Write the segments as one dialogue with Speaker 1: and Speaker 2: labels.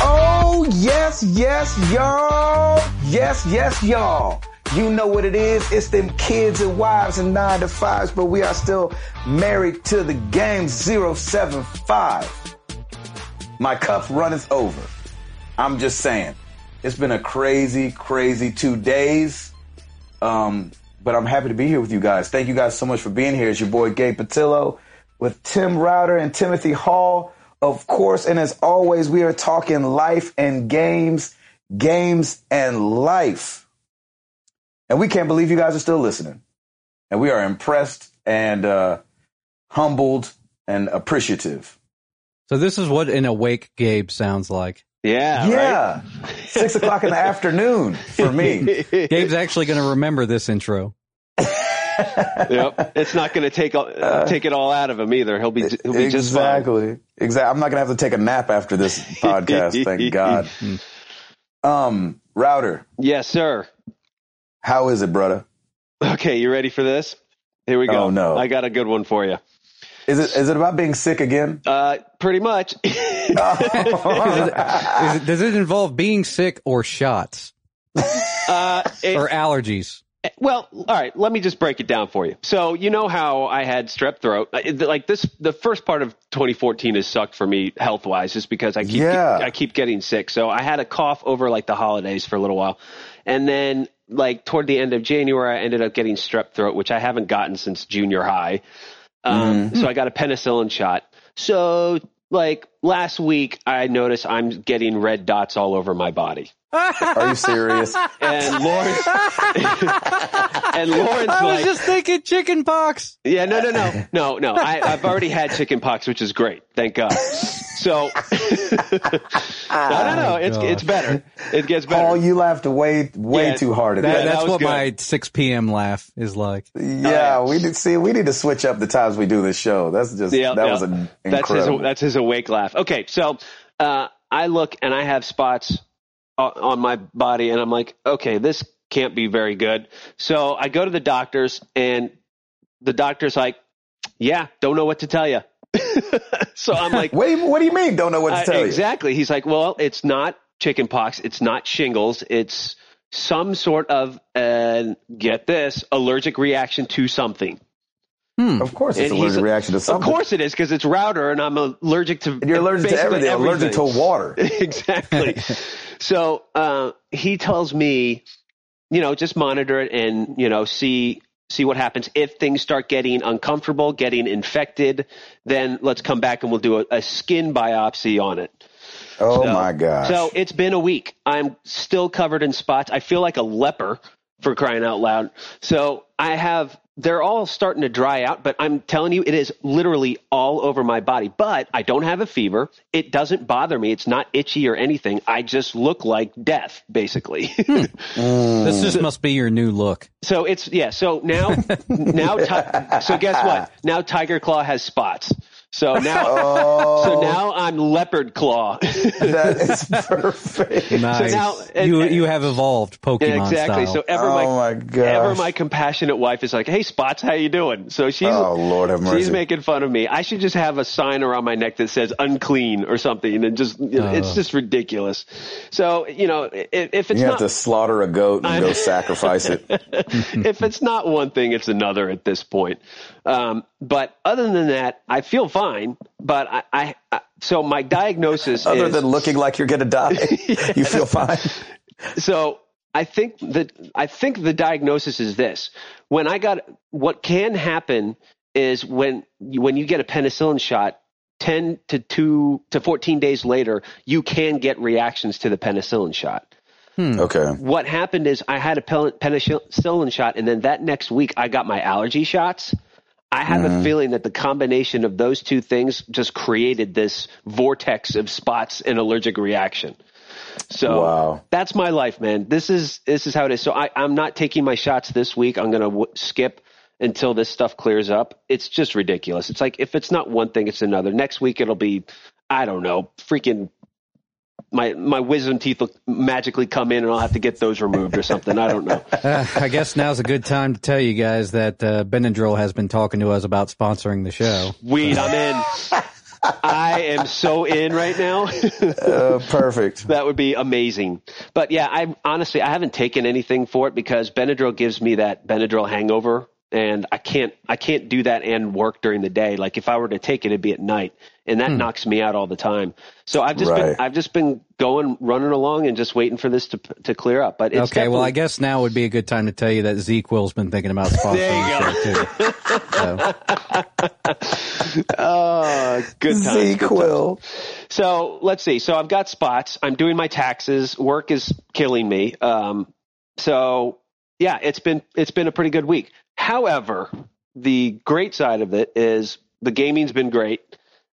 Speaker 1: Oh, Yes, y'all. Yes, yes, y'all. You know what it is. It's them kids and wives and nine to fives, but we are still married to the game 075. My cup runneth over. I'm just saying. It's been a crazy, crazy two days. Um, but I'm happy to be here with you guys. Thank you guys so much for being here. It's your boy Gabe Patillo with Tim Router and Timothy Hall, of course. And as always, we are talking life and games, games and life. And we can't believe you guys are still listening. And we are impressed and uh, humbled and appreciative.
Speaker 2: So this is what an awake Gabe sounds like.
Speaker 3: Yeah.
Speaker 1: yeah. Six o'clock in the afternoon for me.
Speaker 3: right?
Speaker 2: Gabe's actually going to remember this intro.
Speaker 3: yep. It's not going to take all, take it all out of him either. He'll be he'll be just fine.
Speaker 1: Uh, exactly. Exactly. I'm not gonna have to take a nap after this podcast. thank God. Um, router,
Speaker 3: Yes, sir.
Speaker 1: how is it, brother?
Speaker 3: Okay, you ready for this? Here we go.
Speaker 1: Oh, no.
Speaker 3: I got a good one for you.
Speaker 1: Is it is it about being sick again?
Speaker 3: Uh, pretty much.
Speaker 2: Is it, does it involve being sick or shots
Speaker 3: uh, it-
Speaker 2: or allergies?
Speaker 3: Well, all right. Let me just break it down for you. So you know how I had strep throat. I- it- Like this, the first part of 2014 has sucked for me health wise, just because I keep
Speaker 1: Yeah.
Speaker 3: I keep getting sick. So I had a cough over like the holidays for a little while, and then like toward the end of January, I ended up getting strep throat, which I haven't gotten since junior high.
Speaker 2: Mm-hmm.
Speaker 3: Um, So I got a penicillin shot. So like last week, I noticed I'm getting red dots all over my body.
Speaker 1: Are you serious?
Speaker 3: And Lawrence, and Lawrence,
Speaker 2: I was
Speaker 3: like,
Speaker 2: just thinking chicken pox.
Speaker 3: yeah, no, no, no, no, no. I, I've already had chicken pox, which is great. Thank God. So, I don't know. It's, it's better. It gets better.
Speaker 1: Oh, Paul, you laughed way way
Speaker 3: Yeah,
Speaker 1: too hard at
Speaker 2: That-
Speaker 1: that.
Speaker 3: Yeah,
Speaker 2: that's
Speaker 3: was
Speaker 2: what
Speaker 3: good.
Speaker 2: my 6 p.m. laugh is like.
Speaker 3: oh,
Speaker 1: yeah, we did see we need to switch up the times we do this show. That's just
Speaker 3: Yeah,
Speaker 1: that
Speaker 3: yeah.
Speaker 1: was an
Speaker 3: that's his,
Speaker 1: incredible.
Speaker 3: that's his awake laugh. Okay. So, uh, I look and I have spots on, on my body and I'm like, okay, this can't be very good. So I go to the doctors and the doctor's like, yeah, don't know what to tell you. so I'm like,
Speaker 1: Wait, what do you mean? Don't know what to
Speaker 3: Uh,
Speaker 1: tell
Speaker 3: exactly. He's like, well, it's not chickenpox. It's not shingles. It's some sort of uh, get this allergic reaction to something.
Speaker 1: you. Of course, it's
Speaker 3: And
Speaker 1: an
Speaker 3: he's-
Speaker 1: allergic reaction to something.
Speaker 3: Of course it is because it's router, and I'm allergic to.
Speaker 1: you're allergic to
Speaker 3: basically
Speaker 1: everything. Allergic to water.
Speaker 3: exactly. so uh, he tells me, you know, just monitor it and you know see see what happens. If things start getting uncomfortable, getting infected, then let's come back and we'll do a, a skin biopsy on it.
Speaker 1: Oh
Speaker 3: So-
Speaker 1: my gosh.
Speaker 3: So it's been a week. I'm still covered in spots. I feel like a leper for crying out loud. So I have. They're all starting to dry out, but I'm telling you, it is literally all over my body. But I don't have a fever. It doesn't bother me. It's not itchy or anything. I just look like death, basically.
Speaker 1: Hmm.
Speaker 3: Mm.
Speaker 2: This just must be your new look.
Speaker 3: so it's yeah. So now, now, ti- so guess what? Now Tiger Claw has spots. So now,
Speaker 1: Oh.
Speaker 3: so now I'm Leopard Claw.
Speaker 1: that is perfect.
Speaker 2: Nice.
Speaker 3: now- and-
Speaker 2: you you have evolved Pokemon
Speaker 3: Yeah, exactly.
Speaker 2: style.
Speaker 3: So ever
Speaker 1: Oh
Speaker 3: my,
Speaker 1: my gosh.
Speaker 3: ever my compassionate wife is like, "Hey, Spots, how you doing?" So she's
Speaker 1: Oh, Lord have mercy.
Speaker 3: she's making fun of me. I should just have a sign around my neck that says "unclean" or something, and then just you know,
Speaker 2: Oh.
Speaker 3: it's just ridiculous. So you know, i- if it's
Speaker 1: You
Speaker 3: not
Speaker 1: have to slaughter a goat and go sacrifice it.
Speaker 3: if it's not one thing, it's another at this point. Um, but other than that, I feel fine. But I, I, I so my diagnosis
Speaker 1: Other
Speaker 3: is,
Speaker 1: than looking like you're going to die, you feel fine.
Speaker 3: so I think that I think the diagnosis is this. When I got what can happen is when you, when you get a penicillin shot 10 to 2 to 14 days later, you can get reactions to the penicillin shot.
Speaker 1: Okay.
Speaker 3: What happened is I had a pel- penicillin shot and then that next week I got my allergy shots. I have a feeling that the combination of those two things just created this vortex of spots and allergic reaction. So
Speaker 1: Wow.
Speaker 3: that's my life, man. This is this is how it is. So I, I'm not taking my shots this week. I'm gonna w- skip until this stuff clears up. It's just ridiculous. It's like if it's not one thing, it's another. Next week it'll be, I don't know, freaking. My my wisdom teeth will magically come in, and I'll have to get those removed or something. I don't know.
Speaker 2: Uh, I guess now's a good time to tell you guys that uh, Benadryl has been talking to us about sponsoring the show.
Speaker 3: Weed, I'm in. I am so in right now.
Speaker 1: Uh, perfect.
Speaker 3: that would be amazing. But yeah, I honestly I haven't taken anything for it because Benadryl gives me that Benadryl hangover and I can't I can't do that and work during the day. Like if I were to take it it'd be at night and
Speaker 2: Hmm.
Speaker 3: that knocks me out all the time. So I've just been
Speaker 1: Right.
Speaker 3: I've just been going running along and just waiting for this to to clear up. But it's
Speaker 2: okay, well, I
Speaker 3: definitely-
Speaker 2: guess now would be a good time to tell you that Zeke Will's been thinking about sponsoring the show, too. So,
Speaker 3: oh, good times, good times.
Speaker 1: Sequel.
Speaker 3: So let's see. So I've got spots. I'm doing my taxes. Work is killing me. Um, so yeah, it's been it's been a pretty good week. However, the great side of it is the gaming's been great.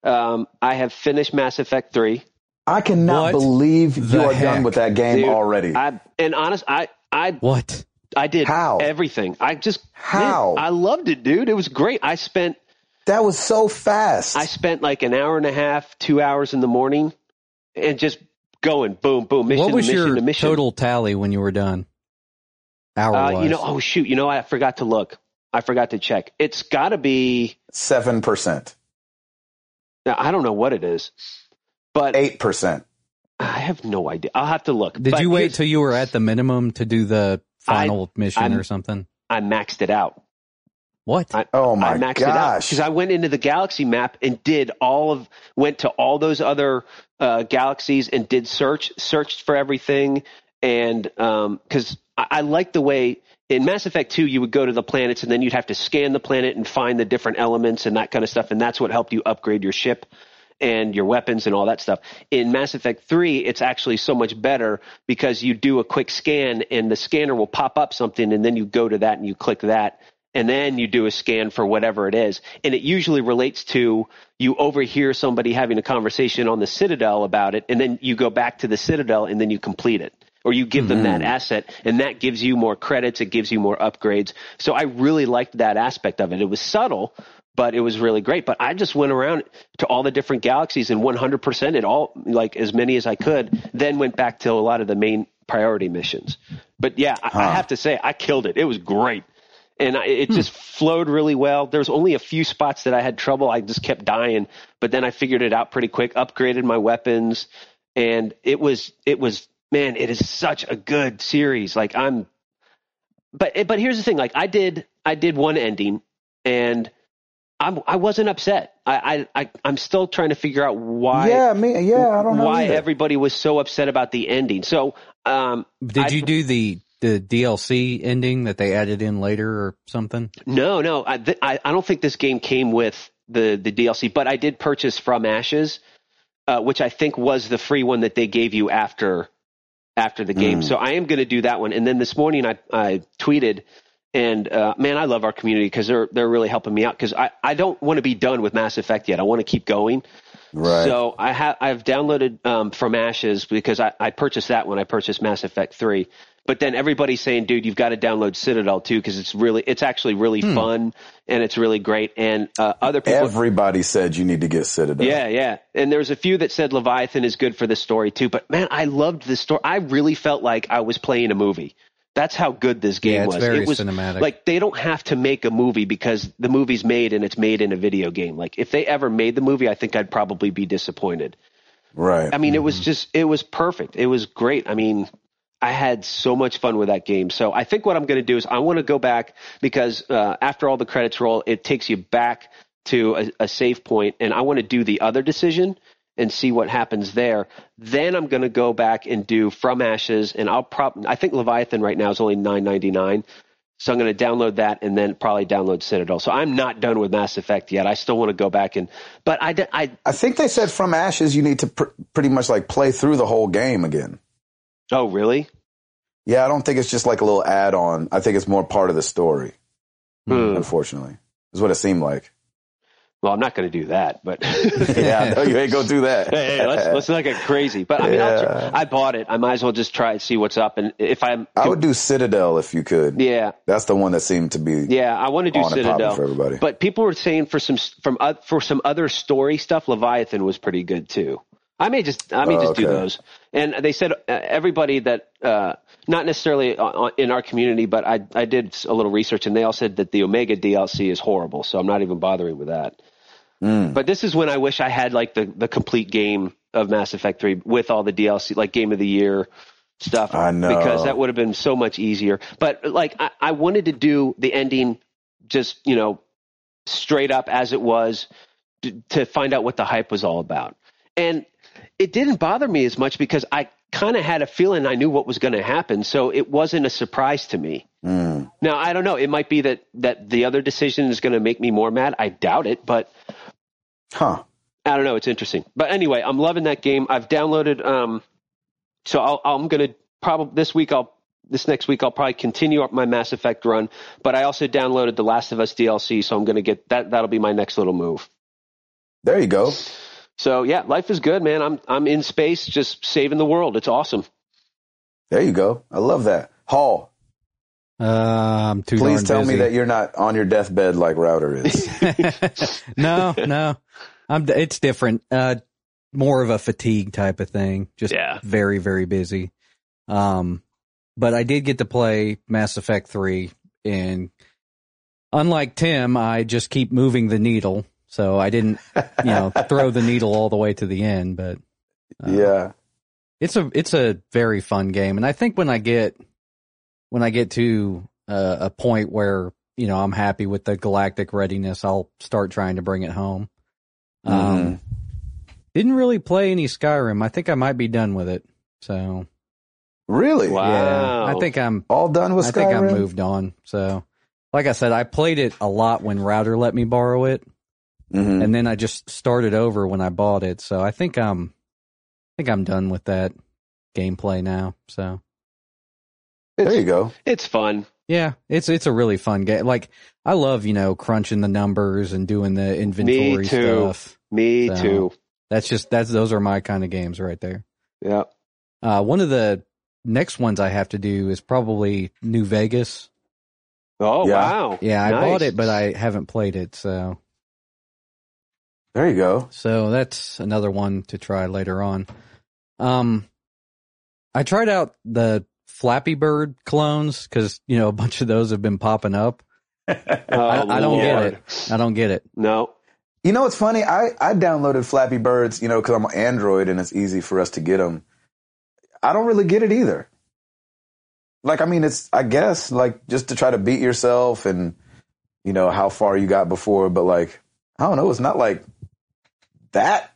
Speaker 3: Um, I have finished Mass Effect three.
Speaker 1: I cannot
Speaker 2: What
Speaker 1: believe
Speaker 2: the
Speaker 1: you are done
Speaker 2: heck?
Speaker 1: with that game
Speaker 3: Dude,
Speaker 1: already.
Speaker 3: I and honest, I I
Speaker 2: what?
Speaker 3: I did
Speaker 1: How?
Speaker 3: everything. I just
Speaker 1: How?
Speaker 3: I loved it, dude. It was great. I spent
Speaker 1: that was so fast.
Speaker 3: I spent like an hour and a half, two hours in the morning, and just going boom boom mission
Speaker 2: what was
Speaker 3: to mission
Speaker 2: your
Speaker 3: to mission.
Speaker 2: total tally when you were done? Hour
Speaker 3: Uh,
Speaker 2: wise.
Speaker 3: you know, oh shoot, you know, I forgot to look. I forgot to check. It's got to be.
Speaker 1: Seven percent,
Speaker 3: now, I don't know what it is, but
Speaker 1: eight percent.
Speaker 3: I have no idea. I'll have to look.
Speaker 2: Did
Speaker 3: But
Speaker 2: you wait
Speaker 3: here's-
Speaker 2: till you were at the minimum to do the final mission
Speaker 3: I'm-
Speaker 2: or something?
Speaker 3: I maxed it out.
Speaker 2: What?
Speaker 3: I-
Speaker 1: Oh my
Speaker 3: I maxed it out
Speaker 1: gosh!
Speaker 3: because I went into the galaxy map and did all of went to all those other uh, galaxies and did search searched for everything and because I, I like the way in Mass Effect two you would go to the planets and then you'd have to scan the planet and find the different elements and that kind of stuff and that's what helped you upgrade your ship and your weapons and all that stuff. In Mass Effect 3, it's actually so much better because you do a quick scan and the scanner will pop up something and then you go to that and you click that and then you do a scan for whatever it is. And it usually relates to you overhear somebody having a conversation on the Citadel about it and then you go back to the Citadel and then you complete it. Or you give them that asset, and that gives you more credits. It gives you more upgrades. So I really liked that aspect of it. It was subtle, but it was really great. But I just went around to all the different galaxies and 100% it all, like as many as I could, then went back to a lot of the main priority missions. But yeah, I, I have to say, I killed it. It was great. And I,
Speaker 1: Hmm.
Speaker 3: it just flowed really well. There was only a few spots that I had trouble. I just kept dying, but then I figured it out pretty quick, upgraded my weapons, and it was, it was, man, it is such a good series. Like I'm, but, but here's the thing. Like I did, I did one ending and I'm, I wasn't upset. I, I, I, I'm still trying to figure out why
Speaker 1: yeah, me. Yeah, I don't know.
Speaker 3: why
Speaker 1: either.
Speaker 3: everybody was so upset about the ending. So, um,
Speaker 2: Did
Speaker 3: I-
Speaker 2: you do the the DLC ending that they added in later or something?
Speaker 3: no, no, I, th- I, I don't think this game came with the the DLC, but I did purchase From Ashes, uh, which I think was the free one that they gave you after after the game. So I am going to do that one. And then this morning I I tweeted. And uh, man, I love our community because they're they're really helping me out because I, I don't want to be done with Mass Effect yet. I want to keep going.
Speaker 1: right.
Speaker 3: So I have I've downloaded um, From Ashes because I, I purchased that when I purchased Mass Effect three. But then everybody's saying, dude, you've got to download Citadel too because it's really it's actually really
Speaker 2: Hmm.
Speaker 3: fun and it's really great. And uh, other people,
Speaker 1: Everybody said you need to get Citadel.
Speaker 3: yeah, yeah. And there was a few that said Leviathan is good for this story too. But man, I loved this story. I really felt like I was playing a movie. That's how good this game
Speaker 2: Yeah, it's
Speaker 3: was.
Speaker 2: very
Speaker 3: it was
Speaker 2: cinematic.
Speaker 3: like they don't have to make a movie because the movie's made and it's made in a video game. Like if they ever made the movie, I think I'd probably be disappointed.
Speaker 1: Right.
Speaker 3: I mean, it was just it was perfect. It was great. I mean, I had so much fun with that game. So I think what I'm going to do is I want to go back because uh, after all the credits roll, it takes you back to a, a save point, and I want to do the other decision and see what happens there. Then I'm going to go back and do From Ashes, and I'll probably I think Leviathan right now is only 9.99. So I'm going to download that and then probably download Citadel. So I'm not done with Mass Effect yet. I still want to go back and, but I, d- I-
Speaker 1: I think they said from ashes you need to pr- pretty much like play through the whole game again.
Speaker 3: oh really?
Speaker 1: Yeah, I don't think it's just like a little add on. I think it's more part of the story,
Speaker 3: Hmm.
Speaker 1: unfortunately. Is what it seemed like.
Speaker 3: Well, I'm not going to do that, but hey,
Speaker 1: Yeah, I know you ain't gonna do that.
Speaker 3: hey, let's let's not get crazy. But I mean, I'll tr-
Speaker 1: Yeah.
Speaker 3: I bought it. I might as well just try and see what's up. And if I'm,
Speaker 1: I would do Citadel if you could.
Speaker 3: yeah,
Speaker 1: That's the one that seemed to be
Speaker 3: yeah, I want to do
Speaker 1: on and popping
Speaker 3: Citadel.
Speaker 1: for everybody.
Speaker 3: But people were saying for some s- from oth- for some other story stuff, Leviathan was pretty good too. I may just I may
Speaker 1: Oh,
Speaker 3: just do
Speaker 1: okay.
Speaker 3: those. And they said uh, everybody that uh, not necessarily o- o- in our community, but I I did s- a little research, and they all said that the Omega DLC is horrible. So I'm not even bothering with that. But this is when I wish I had like the the complete game of Mass Effect 3 with all the DLC, like game of the year stuff.
Speaker 1: I know.
Speaker 3: Because that would have been so much easier. But like I, I wanted to do the ending just, you know, straight up as it was to, to find out what the hype was all about. And it didn't bother me as much because I kind of had a feeling I knew what was going to happen. So it wasn't a surprise to me.
Speaker 1: hmm,
Speaker 3: Now, I don't know. It might be that, that the other decision is going to make me more mad. I doubt it, but
Speaker 1: Huh.
Speaker 3: I don't know. It's interesting. But anyway, I'm loving that game. I've downloaded. Um, so I'll, I'm gonna probably this week. I'll this next week. I'll probably continue up my Mass Effect run. But I also downloaded the Last of Us DLC. So I'm gonna get that. That'll be my next little move.
Speaker 1: There you go.
Speaker 3: So yeah, life is good, man. I'm I'm in space, just saving the world. It's awesome.
Speaker 1: There you go. I love that. Hall,
Speaker 2: Uh, I'm too
Speaker 1: please tell
Speaker 2: darn
Speaker 1: me
Speaker 2: busy.
Speaker 1: that you're not on your deathbed like Router is.
Speaker 2: no, no. I'm. d- It's different. Uh, more of a fatigue type of thing. Just
Speaker 3: Yeah.
Speaker 2: very, very busy. Um, but I did get to play Mass Effect three, and unlike Tim, I just keep moving the needle, so I didn't, you know, throw the needle all the way to the end. But uh,
Speaker 1: yeah.
Speaker 2: it's a it's a very fun game, and I think when I get when I get to uh, a point where you know I'm happy with the galactic readiness, I'll start trying to bring it home. Um, didn't really play any Skyrim. I think I might be done with it. So
Speaker 1: Really?
Speaker 3: Wow.
Speaker 2: yeah, I think I'm
Speaker 1: All done with
Speaker 2: I
Speaker 1: Skyrim?
Speaker 2: think I moved on. So like I said, I played it a lot when Router let me borrow it,
Speaker 1: Mhm.
Speaker 2: and then I just started over when I bought it. So I think I'm I think I'm done with that gameplay now. So.
Speaker 1: There you go.
Speaker 3: It's fun.
Speaker 2: Yeah, it's it's a really fun game. Like I love, you know, crunching the numbers and doing the inventory
Speaker 3: Me too.
Speaker 2: stuff.
Speaker 3: Me
Speaker 2: So-
Speaker 3: too.
Speaker 2: That's just that's those are my kind of games right there.
Speaker 3: Yeah.
Speaker 2: Uh one of the next ones I have to do is probably New Vegas.
Speaker 3: Oh
Speaker 1: Yeah.
Speaker 3: wow.
Speaker 2: Yeah, I
Speaker 3: Nice.
Speaker 2: bought it but I haven't played it, so
Speaker 1: There you go.
Speaker 2: so that's another one to try later on. Um I tried out the Flappy Bird clones cuz you know a bunch of those have been popping up.
Speaker 3: Oh,
Speaker 2: I- I don't get
Speaker 3: Lord.
Speaker 2: I don't get it.
Speaker 3: No.
Speaker 1: You know what's funny? I, I downloaded Flappy Birds, you know, because I'm on Android and it's easy for us to get them. I don't really get it either. Like, I mean, it's, I guess, like, just to try to beat yourself and, you know, how far you got before, but like, I don't know. It's not like that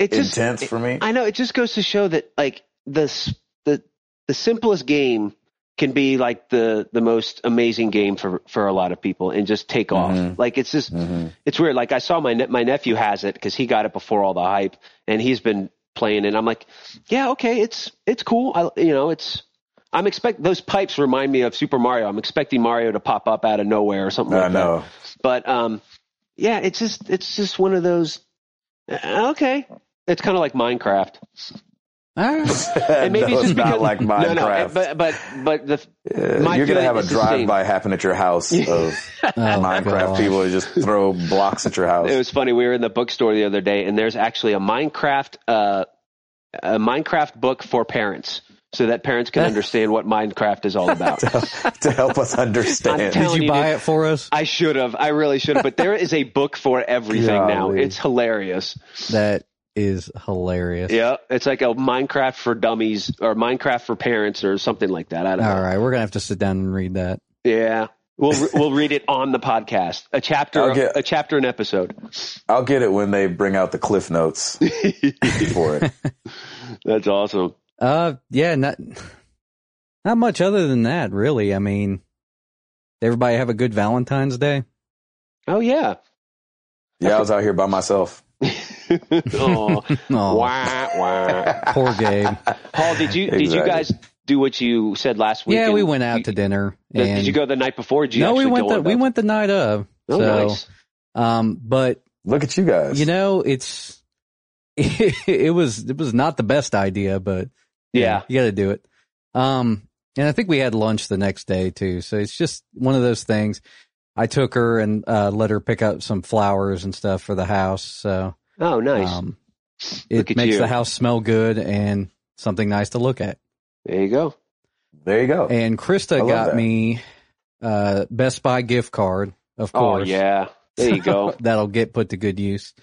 Speaker 3: It's just
Speaker 1: intense for me.
Speaker 3: I know it just goes to show that like the s- the the simplest game can be like the the most amazing game for for a lot of people and just take
Speaker 1: Mm-hmm.
Speaker 3: off. Like it's just it's weird. Like I saw my ne- my nephew has it because he got it before all the hype and he's been playing and I'm like, yeah, okay, it's it's cool. I you know it's. I'm expect those pipes remind me of Super Mario. I'm expecting Mario to pop up out of nowhere or something.
Speaker 1: I
Speaker 3: like that.
Speaker 1: know.
Speaker 3: But um, yeah, it's just it's just one of those. uh, Okay, it's kind of like Minecraft.
Speaker 2: All right.
Speaker 1: And
Speaker 3: maybe
Speaker 1: no,
Speaker 3: it's
Speaker 1: it's
Speaker 3: just
Speaker 1: not
Speaker 3: because-
Speaker 1: like
Speaker 3: No,
Speaker 1: Minecraft.
Speaker 3: no, uh, but but but the
Speaker 1: Uh,
Speaker 3: my
Speaker 1: You're gonna
Speaker 3: feeling
Speaker 1: have a
Speaker 3: is the same.
Speaker 1: drive-by happen at your house of
Speaker 2: Oh,
Speaker 1: Minecraft
Speaker 2: God.
Speaker 1: people who just throw blocks at your house.
Speaker 3: it was funny. We were in the bookstore the other day, and there's actually a Minecraft uh, a Minecraft book for parents, so that parents can understand what Minecraft is all about.
Speaker 1: to help us understand.
Speaker 3: I'm
Speaker 2: Did you buy it for us?
Speaker 3: I should have. I really should have. But there is a book for everything now.
Speaker 1: Golly.
Speaker 3: It's hilarious.
Speaker 2: That is hilarious.
Speaker 3: Yeah, it's like a Minecraft for dummies or Minecraft for parents or something like that. I don't know.
Speaker 2: All right, we're gonna have to sit down and read that.
Speaker 3: Yeah. We'll re- we'll read it on the podcast. A chapter
Speaker 1: Okay.
Speaker 3: a chapter an episode.
Speaker 1: I'll get it when they bring out the cliff notes for it.
Speaker 3: That's awesome.
Speaker 2: Uh, yeah, not not much other than that, really. I mean, did everybody have a good Valentine's Day.
Speaker 3: Oh yeah.
Speaker 1: Yeah, I was out here by myself.
Speaker 3: oh,
Speaker 2: Oh,
Speaker 3: wah, wah.
Speaker 2: poor Gabe.
Speaker 3: Paul, did you did you
Speaker 1: Exactly.
Speaker 3: guys do what you said last week?
Speaker 2: yeah,
Speaker 3: and
Speaker 2: we went out
Speaker 3: you-
Speaker 2: to dinner.
Speaker 3: Did,
Speaker 2: and
Speaker 3: did you go the night before? or Did you
Speaker 2: no, we
Speaker 3: actually
Speaker 2: went
Speaker 3: go
Speaker 2: the
Speaker 3: on
Speaker 2: we
Speaker 3: that?
Speaker 2: went the night of.
Speaker 3: Oh,
Speaker 2: so,
Speaker 3: nice.
Speaker 2: um, but
Speaker 1: Look at you guys.
Speaker 2: you know, it's it, it was it was not the best idea, but
Speaker 3: Yeah.
Speaker 2: you got to do it. Um, and I think we had lunch the next day too. So it's just one of those things. I took her and uh, let her pick up some flowers and stuff for the house. So
Speaker 3: Oh, nice.
Speaker 2: um, it
Speaker 3: Look at
Speaker 2: makes
Speaker 3: you.
Speaker 2: the house smell good and something nice to look at.
Speaker 3: there you go.
Speaker 1: there you go.
Speaker 2: And
Speaker 1: I
Speaker 2: Krista
Speaker 1: love
Speaker 2: got
Speaker 1: that.
Speaker 2: me uh Best Buy gift card, of
Speaker 3: Oh
Speaker 2: course.
Speaker 3: yeah. There you go.
Speaker 2: That'll get put to good use.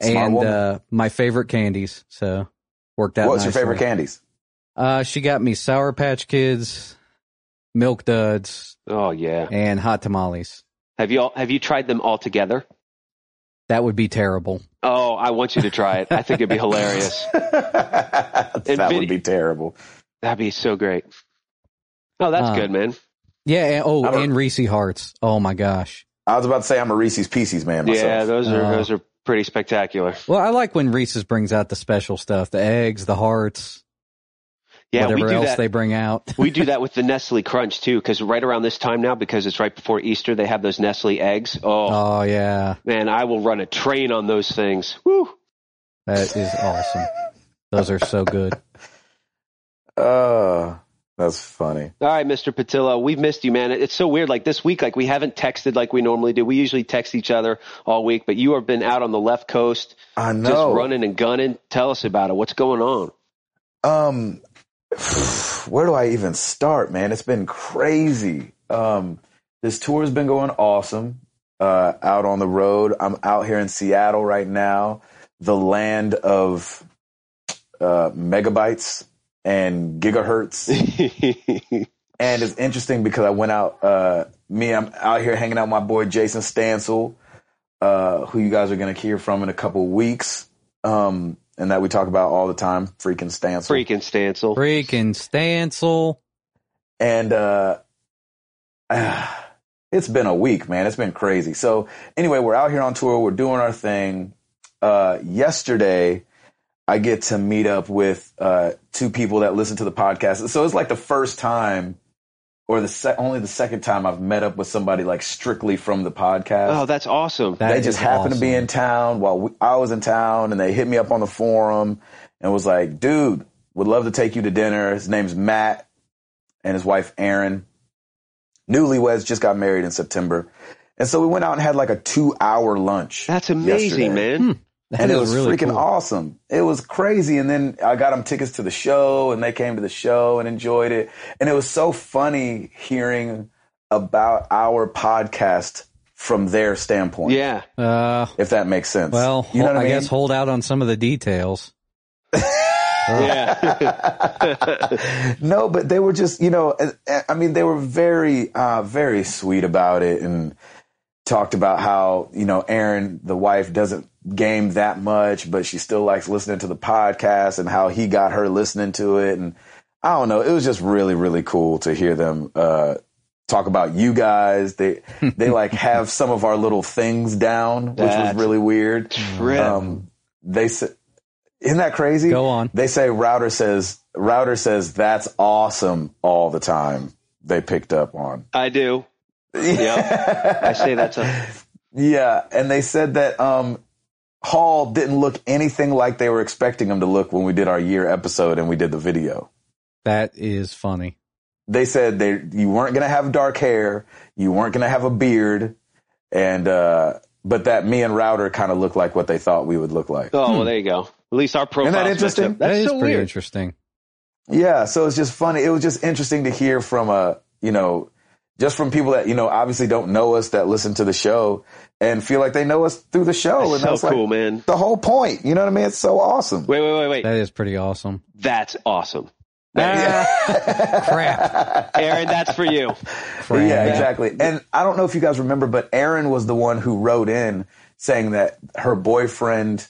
Speaker 1: Smart
Speaker 2: and
Speaker 1: woman.
Speaker 2: uh, my favorite candies. So worked out.
Speaker 1: What's your
Speaker 2: nicely.
Speaker 1: favorite candies?
Speaker 2: Uh, she got me Sour Patch Kids, Milk Duds,
Speaker 3: Oh yeah.
Speaker 2: and Hot Tamales.
Speaker 3: Have you all, have you tried them all together?
Speaker 2: That would be terrible.
Speaker 3: Oh, I want you to try it. I think it'd be hilarious.
Speaker 1: that
Speaker 3: Nvidia-
Speaker 1: would be terrible.
Speaker 3: That'd be so great. Oh, that's
Speaker 2: Uh,
Speaker 3: good, man.
Speaker 2: Yeah. And, oh,
Speaker 1: I don't-
Speaker 2: and Reese Hearts. Oh my gosh.
Speaker 1: I was about to say I'm a Reese's Pieces man myself.
Speaker 3: Yeah, those are
Speaker 2: Uh,
Speaker 3: those are pretty spectacular.
Speaker 2: Well, I like when Reese's brings out the special stuff, the eggs, the hearts,
Speaker 3: Yeah, we
Speaker 2: whatever
Speaker 3: do
Speaker 2: else
Speaker 3: that.
Speaker 2: they bring out.
Speaker 3: we do that with the Nestle Crunch too, because right around this time now, because it's right before Easter, they have those Nestle eggs. Oh
Speaker 2: Oh yeah.
Speaker 3: man, I will run a train on those things. Woo!
Speaker 2: That is awesome. Those are so good.
Speaker 1: Uh, that's funny.
Speaker 3: All right, Mr. Patillo, we've missed you, man. It's so weird. Like this week, like we haven't texted like we normally do. We usually text each other all week, but you have been out on the left coast,
Speaker 1: I know.
Speaker 3: just running and gunning. Tell us about it. What's going on?
Speaker 1: Um, where do I even start, man? It's been crazy. Um, this tour has been going awesome. Uh, out on the road. I'm out here in Seattle right now, the land of uh, megabytes and gigahertz. And it's interesting because I went out, uh, me, I'm out here hanging out with my boy Jason Stansel, uh, who you guys are going to hear from in a couple weeks. Um, and that we talk about all the time, freaking Stansel.
Speaker 3: Freaking Stancil.
Speaker 2: Freaking Stancil.
Speaker 1: And, uh, it's been a week, man. It's been crazy. So anyway, we're out here on tour. We're doing our thing. Uh, yesterday, I get to meet up with uh, two people that listen to the podcast. So it's like the first time, or the sec- only the second time I've met up with somebody like strictly from the podcast.
Speaker 3: Oh, that's awesome.
Speaker 2: That
Speaker 1: they just
Speaker 2: is
Speaker 1: happened to be
Speaker 2: awesome.
Speaker 1: in town while we, I was in town, and they hit me up on the forum and was like, "Dude, would love to take you to dinner." His name's Matt, and his wife Erin, newlyweds, just got married in September, and so we went out and had like a two-hour lunch.
Speaker 3: That's amazing,
Speaker 1: yesterday.
Speaker 3: man.
Speaker 2: Hmm. That
Speaker 1: and it
Speaker 2: is
Speaker 1: was
Speaker 2: really
Speaker 1: freaking
Speaker 2: cool.
Speaker 1: awesome. It was crazy. And then I got them tickets to the show, and they came to the show and enjoyed it. And it was so funny hearing about our podcast from their standpoint
Speaker 3: Yeah.
Speaker 2: Uh,
Speaker 1: if that makes sense.
Speaker 2: well,
Speaker 1: you know what
Speaker 2: I,
Speaker 1: I, mean?
Speaker 2: guess hold out on some of the details.
Speaker 3: Yeah.
Speaker 1: no, but they were just, you know, uh, uh, I mean, they were very, uh, very sweet about it and talked about how, you know, Aaron, the wife, doesn't game that much, but she still likes listening to the podcast and how he got her listening to it. And I don't know. It was just really, really cool to hear them, uh, talk about you guys. They, they like have some of our little things down, which was
Speaker 3: That's
Speaker 1: really weird.
Speaker 3: Trip.
Speaker 1: Um, they said, isn't that crazy?
Speaker 2: Go on.
Speaker 1: They say router says router says that's awesome all the time. They picked up on.
Speaker 3: I do. Yeah. I say oh, that's a
Speaker 1: Yeah, and they said that um, Hall didn't look anything like they were expecting him to look when we did our year episode and we did the video.
Speaker 2: That is funny.
Speaker 1: They said they you weren't gonna have dark hair, you weren't gonna have a beard, and uh, but that me and Router kind of looked like what they thought we would look like.
Speaker 3: Oh, well, there you go. At least our profile.
Speaker 1: interesting?
Speaker 2: Hmm. That
Speaker 3: That's
Speaker 2: is
Speaker 3: so
Speaker 2: pretty
Speaker 3: weird.
Speaker 2: interesting.
Speaker 1: Yeah, so it's just funny. It was just interesting to hear from uh, you know, just from people that you know obviously don't know us that listen to the show and feel like they know us through the show, Oh, and
Speaker 3: That's so
Speaker 1: that's like
Speaker 3: cool, man.
Speaker 1: the whole point. You know what I mean? It's so awesome.
Speaker 3: Wait, wait, wait, wait.
Speaker 2: That is pretty awesome.
Speaker 3: That's awesome.
Speaker 2: Ah, crap.
Speaker 3: Aaron, that's for you.
Speaker 2: crap.
Speaker 1: Yeah, exactly. And I don't know if you guys remember, but Erin was the one who wrote in saying that her boyfriend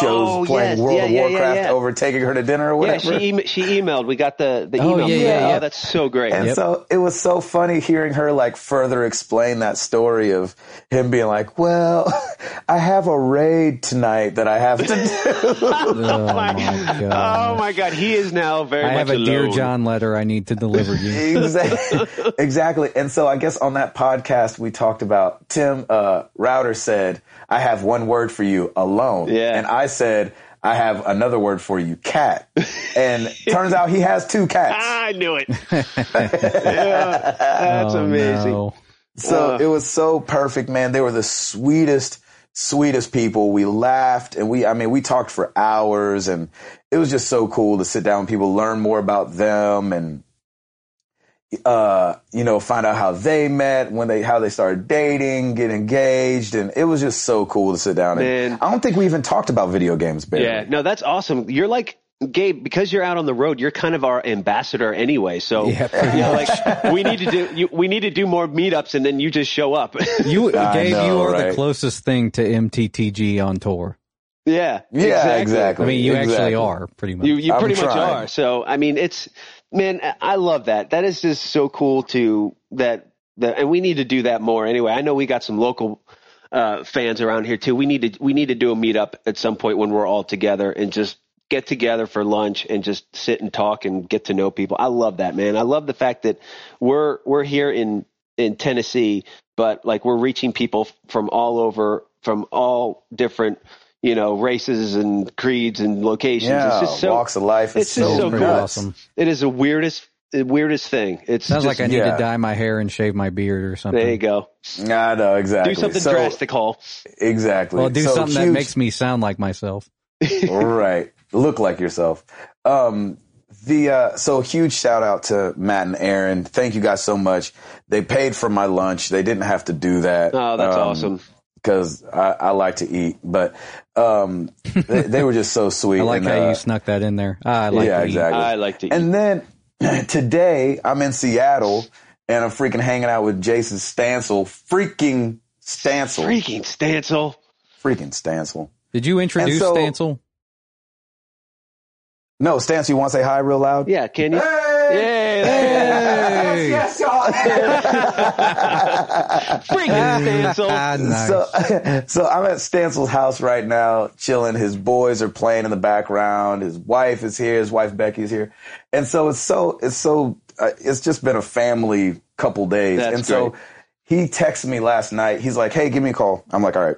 Speaker 1: chose
Speaker 3: Oh,
Speaker 1: playing
Speaker 3: yes.
Speaker 1: World
Speaker 3: Yeah,
Speaker 1: of
Speaker 3: yeah, yeah,
Speaker 1: Warcraft
Speaker 3: yeah.
Speaker 1: over taking her to dinner or
Speaker 3: Yeah,
Speaker 1: whatever.
Speaker 3: she, em- she emailed. We got the, the
Speaker 2: Oh,
Speaker 3: email.
Speaker 2: yeah, yeah, yeah.
Speaker 3: Oh, that's so great.
Speaker 1: And
Speaker 2: Yep.
Speaker 1: so it was so funny hearing her like further explain that story of him being like, "Well, I have a raid tonight that I have to do."
Speaker 2: Oh my god.
Speaker 3: oh, my God. He is now very
Speaker 2: I
Speaker 3: much
Speaker 2: have a dear
Speaker 3: alone.
Speaker 2: John letter I need to deliver you.
Speaker 1: exactly. exactly. And so I guess on that podcast we talked about Tim uh, Router said, "I have one word for you, alone."
Speaker 3: Yeah.
Speaker 1: And I said, "I have another word for you, cat." And turns out he has two cats.
Speaker 3: I knew it. Yeah, that's
Speaker 2: Oh,
Speaker 3: amazing.
Speaker 2: no.
Speaker 1: So it was so perfect, man. They were the sweetest, sweetest people. We laughed and we, I mean, we talked for hours and it was just so cool to sit down with people, learn more about them and uh, you know, find out how they met, when they how they started dating, get engaged, and it was just so cool to sit down. And
Speaker 3: Man.
Speaker 1: I don't think we even talked about video games, barely.
Speaker 3: Yeah, no, that's awesome. You're like Gabe because you're out on the road. You're kind of our ambassador anyway. So
Speaker 2: Yeah, pretty
Speaker 3: you know, like we need to do you, we need to do more meetups, and then you just show up.
Speaker 2: You,
Speaker 1: I
Speaker 2: Dave,
Speaker 1: know,
Speaker 2: you are
Speaker 1: right?
Speaker 2: the closest thing to MTTG on tour.
Speaker 3: yeah,
Speaker 1: Yeah, exactly.
Speaker 2: I mean, you
Speaker 1: Exactly.
Speaker 2: actually are pretty much.
Speaker 3: You you
Speaker 1: I'm
Speaker 3: pretty much
Speaker 1: trying.
Speaker 3: are. So I mean, it's man, I- I love that. That is just so cool to that. That and we need to do that more anyway. I know we got some local uh, fans around here too. We need to we need to do a meetup at some point when we're all together and just get together for lunch and just sit and talk and get to know people. I love that man. I love the fact that we're we're here in in Tennessee, but like we're reaching people from all over, from all different you know races and creeds and locations.
Speaker 1: yeah.
Speaker 3: it's just so
Speaker 1: walks of life.
Speaker 3: it's just so
Speaker 2: pretty
Speaker 3: cool.
Speaker 1: nuts.
Speaker 2: awesome.
Speaker 3: it is the weirdest the weirdest thing. It's
Speaker 2: Sounds
Speaker 3: just,
Speaker 2: like I need
Speaker 1: yeah.
Speaker 2: to dye my hair and shave my beard or something.
Speaker 3: there you go.
Speaker 1: I know exactly.
Speaker 3: Do something
Speaker 1: so,
Speaker 3: drastic, Hall.
Speaker 1: Exactly.
Speaker 2: Well, do
Speaker 1: So
Speaker 2: something that
Speaker 1: huge-
Speaker 2: makes me sound like myself.
Speaker 1: right. Look like yourself. Um, the uh, so huge shout out to Matt and Aaron. Thank you guys so much. They paid for my lunch. They didn't have to do that.
Speaker 3: Oh, that's awesome.
Speaker 1: Because I, I like to eat, but um, they, they were just so sweet.
Speaker 2: I like
Speaker 1: and,
Speaker 2: how
Speaker 1: uh,
Speaker 2: you snuck that in there. I like
Speaker 1: yeah,
Speaker 2: to eat.
Speaker 1: exactly.
Speaker 3: I like to eat.
Speaker 1: And then today I'm in Seattle and I'm freaking hanging out with Jason Stansel. Freaking Stansel.
Speaker 3: Freaking Stancil.
Speaker 1: Freaking Stansel.
Speaker 2: Did you introduce
Speaker 1: so-
Speaker 2: Stancil?
Speaker 1: No, Stansel, you want to say hi real loud?
Speaker 3: Yeah, can you?
Speaker 1: Hey!
Speaker 3: Yeah.
Speaker 2: Hey!
Speaker 1: Yes, y'all.
Speaker 3: Freaking Stancil.
Speaker 2: Ah, nice.
Speaker 1: So, so I'm at Stansel's house right now, chilling. His boys are playing in the background. His wife is here. His wife Becky is here, and so it's so it's so uh, it's just been a family couple days.
Speaker 3: That's
Speaker 1: and so
Speaker 3: great.
Speaker 1: he texted me last night. He's like, "Hey, give me a call." I'm like, "All right."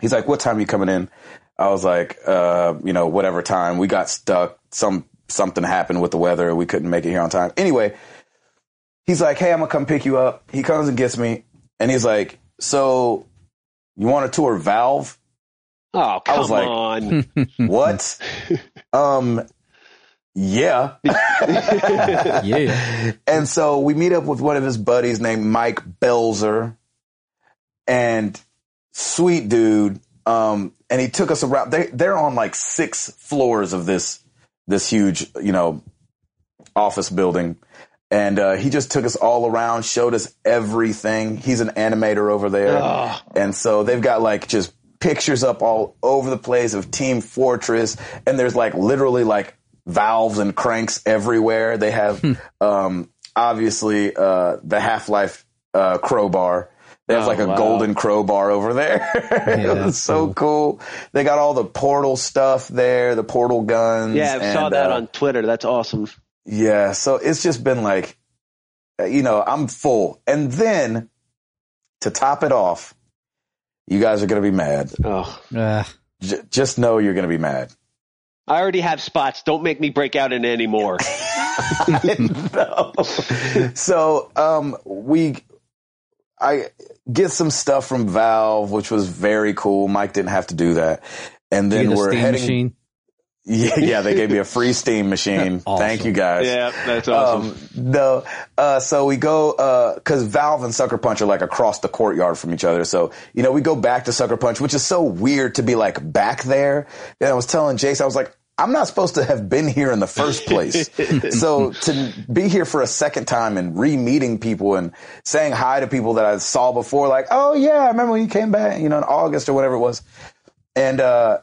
Speaker 1: He's like, "What time are you coming in?" I was like, uh, "You know, whatever time." We got stuck. Some something happened with the weather. We couldn't make it here on time. Anyway, he's like, "Hey, I'm gonna come pick you up." He comes and gets me, and he's like, "So, you want to tour Valve?
Speaker 3: Oh,
Speaker 1: I
Speaker 3: come
Speaker 1: was like-
Speaker 3: on.
Speaker 1: What? um, yeah."
Speaker 2: yeah.
Speaker 1: And so we meet up with one of his buddies named Mike Belzer, and sweet dude. Um, and he took us around. They they're on like six floors of this this huge you know office building, and uh, he just took us all around, showed us everything. He's an animator over there,
Speaker 3: Oh.
Speaker 1: and so they've got like just pictures up all over the place of Team Fortress, and there's like literally like valves and cranks everywhere. They have um, obviously uh, the Half Life uh, crowbar. There's
Speaker 3: Oh,
Speaker 1: like a
Speaker 3: wow.
Speaker 1: golden crowbar over there. it's
Speaker 2: that's
Speaker 1: so cool. They got all the portal stuff there, the portal guns.
Speaker 3: yeah, I saw
Speaker 1: and,
Speaker 3: that
Speaker 1: uh,
Speaker 3: on Twitter. That's awesome.
Speaker 1: yeah, so it's just been like, uh, you know, I'm full. And then to top it off, you guys are going to be mad.
Speaker 3: Oh.
Speaker 2: Uh,
Speaker 1: J- just know you're going to be mad.
Speaker 3: I already have spots. Don't make me break out in any more.
Speaker 1: No. so um, we, I get some stuff from Valve, which was very cool. Mike didn't have to do that. And
Speaker 2: you
Speaker 1: then
Speaker 2: get a
Speaker 1: we're
Speaker 2: steam
Speaker 1: heading.
Speaker 2: machine.
Speaker 1: Yeah, yeah, they gave me a free Steam machine.
Speaker 2: Awesome.
Speaker 1: Thank you guys.
Speaker 3: yeah, that's awesome.
Speaker 1: Um, no, uh, so we go uh 'cause Valve and Sucker Punch are like across the courtyard from each other. So you know, we go back to Sucker Punch, which is so weird to be like back there. And I was telling Jace, I was like, I'm not supposed to have been here in the first place. so to be here for a second time and re-meeting people and saying hi to people that I saw before, like, oh yeah, I remember when you came back, you know, in August or whatever it was, and uh,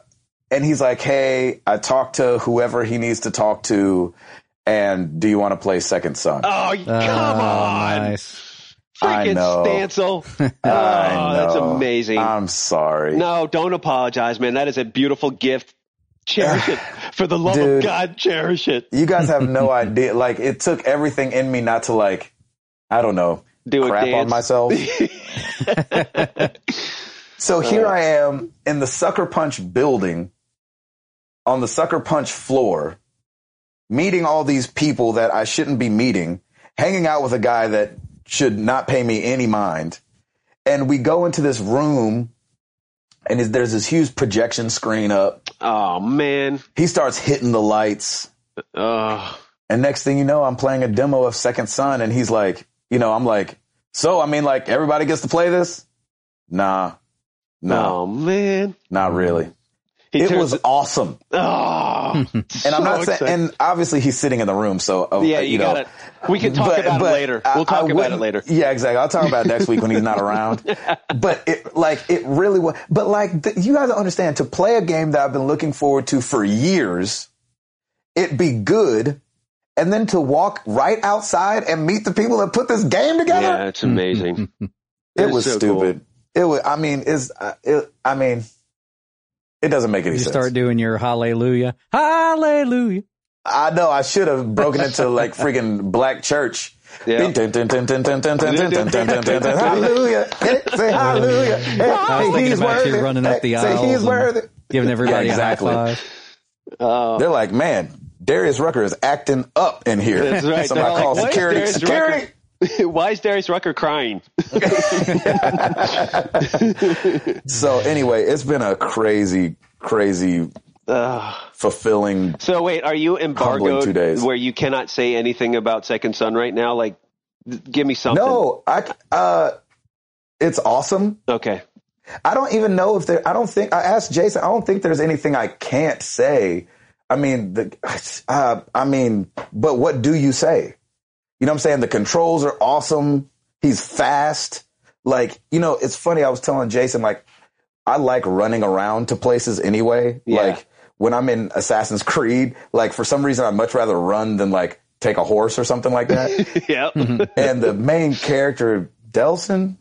Speaker 1: and he's like, hey, I talked to whoever he needs to talk to. And do you want to play Second Son?
Speaker 3: oh, come
Speaker 2: Ah,
Speaker 3: on.
Speaker 2: Nice.
Speaker 1: I
Speaker 3: Freaking
Speaker 1: uh, know.
Speaker 3: Stancil. oh,
Speaker 1: I
Speaker 3: that's
Speaker 1: know.
Speaker 3: amazing.
Speaker 1: I'm sorry.
Speaker 3: No, don't apologize, man. That is a beautiful gift. Cherish it. For the love
Speaker 1: Dude.
Speaker 3: of God, cherish it.
Speaker 1: You guys have no idea. Like, it took everything in me not to, like, I don't know,
Speaker 3: Do a
Speaker 1: crap on
Speaker 3: dance.
Speaker 1: myself. so here I am in the Sucker Punch building, on the Sucker Punch floor, meeting all these people that I shouldn't be meeting, hanging out with a guy that should not pay me any mind. And we go into this room, and is- there's this huge projection screen up.
Speaker 3: Oh man.
Speaker 1: He starts hitting the lights.
Speaker 3: Oh.
Speaker 1: And next thing you know, I'm playing a demo of Second Son, and he's like, you know, I'm like, so I mean, like everybody gets to play this? Nah, no,
Speaker 3: Oh man,
Speaker 1: not really.
Speaker 3: he
Speaker 1: it
Speaker 3: turns
Speaker 1: was awesome,
Speaker 3: Oh, and
Speaker 1: and I'm not saying. And obviously, he's sitting in the room, so uh,
Speaker 3: yeah, you,
Speaker 1: know,
Speaker 3: got it. We can talk
Speaker 1: but-
Speaker 3: about
Speaker 1: but
Speaker 3: it later.
Speaker 1: I-
Speaker 3: We'll
Speaker 1: I
Speaker 3: talk about it
Speaker 1: wouldn't-
Speaker 3: later.
Speaker 1: Yeah, exactly. I'll talk about it next week when he's not around. But it, like, it really was. But like, th- you guys understand to play a game that I've been looking forward to for years, it be good, and then to walk right outside and meet the people that put this game
Speaker 3: Yeah,
Speaker 1: together,
Speaker 3: it's amazing.
Speaker 1: it was
Speaker 3: so cool.
Speaker 1: stupid. It was. I mean, is it? I mean, it doesn't make any
Speaker 2: you
Speaker 1: sense.
Speaker 2: start doing your hallelujah, hallelujah.
Speaker 1: I know I should have broken into like freaking black church.
Speaker 3: Yeah.
Speaker 1: Dun, dun, dun, dun, dun, dun, dun, dun, dun, dun, dun, dun, dun, dun. Hallelujah. Hey, Say hallelujah. Hey,
Speaker 2: I was
Speaker 1: hey,
Speaker 2: thinking
Speaker 1: he's
Speaker 2: about
Speaker 1: worthy.
Speaker 2: you running up the
Speaker 1: Hey, Say
Speaker 2: aisles
Speaker 1: he's
Speaker 2: and-
Speaker 1: worthy.
Speaker 2: Giving everybody
Speaker 1: exactly.
Speaker 2: a high five.
Speaker 3: Oh,
Speaker 1: They're like, man, Darius Rucker is acting up in here.
Speaker 3: That's right.
Speaker 1: Somebody
Speaker 3: They're
Speaker 1: call
Speaker 3: like, "What is
Speaker 1: security.
Speaker 3: Darius
Speaker 1: Security.
Speaker 3: Why is Darius Rucker crying?
Speaker 1: So anyway, it's been a crazy, crazy,
Speaker 3: Ugh.
Speaker 1: fulfilling.
Speaker 3: so wait, are you
Speaker 1: two
Speaker 3: embargoed
Speaker 1: days.
Speaker 3: where you cannot say anything about Second Son right now? Like, th- give me something.
Speaker 1: No, I, uh, it's awesome.
Speaker 3: Okay.
Speaker 1: I don't even know if there. I don't think I asked Jason. I don't think there's anything I can't say. I mean, the, uh, I mean, but what do you say? You know what I'm saying? The controls are awesome. He's fast. Like, you know, it's funny. I was telling Jason, like, I like running around to places anyway.
Speaker 3: Yeah.
Speaker 1: Like when I'm in Assassin's Creed, like for some reason, I'd much rather run than like take a horse or something like that.
Speaker 3: Yeah.
Speaker 1: and the main character Delson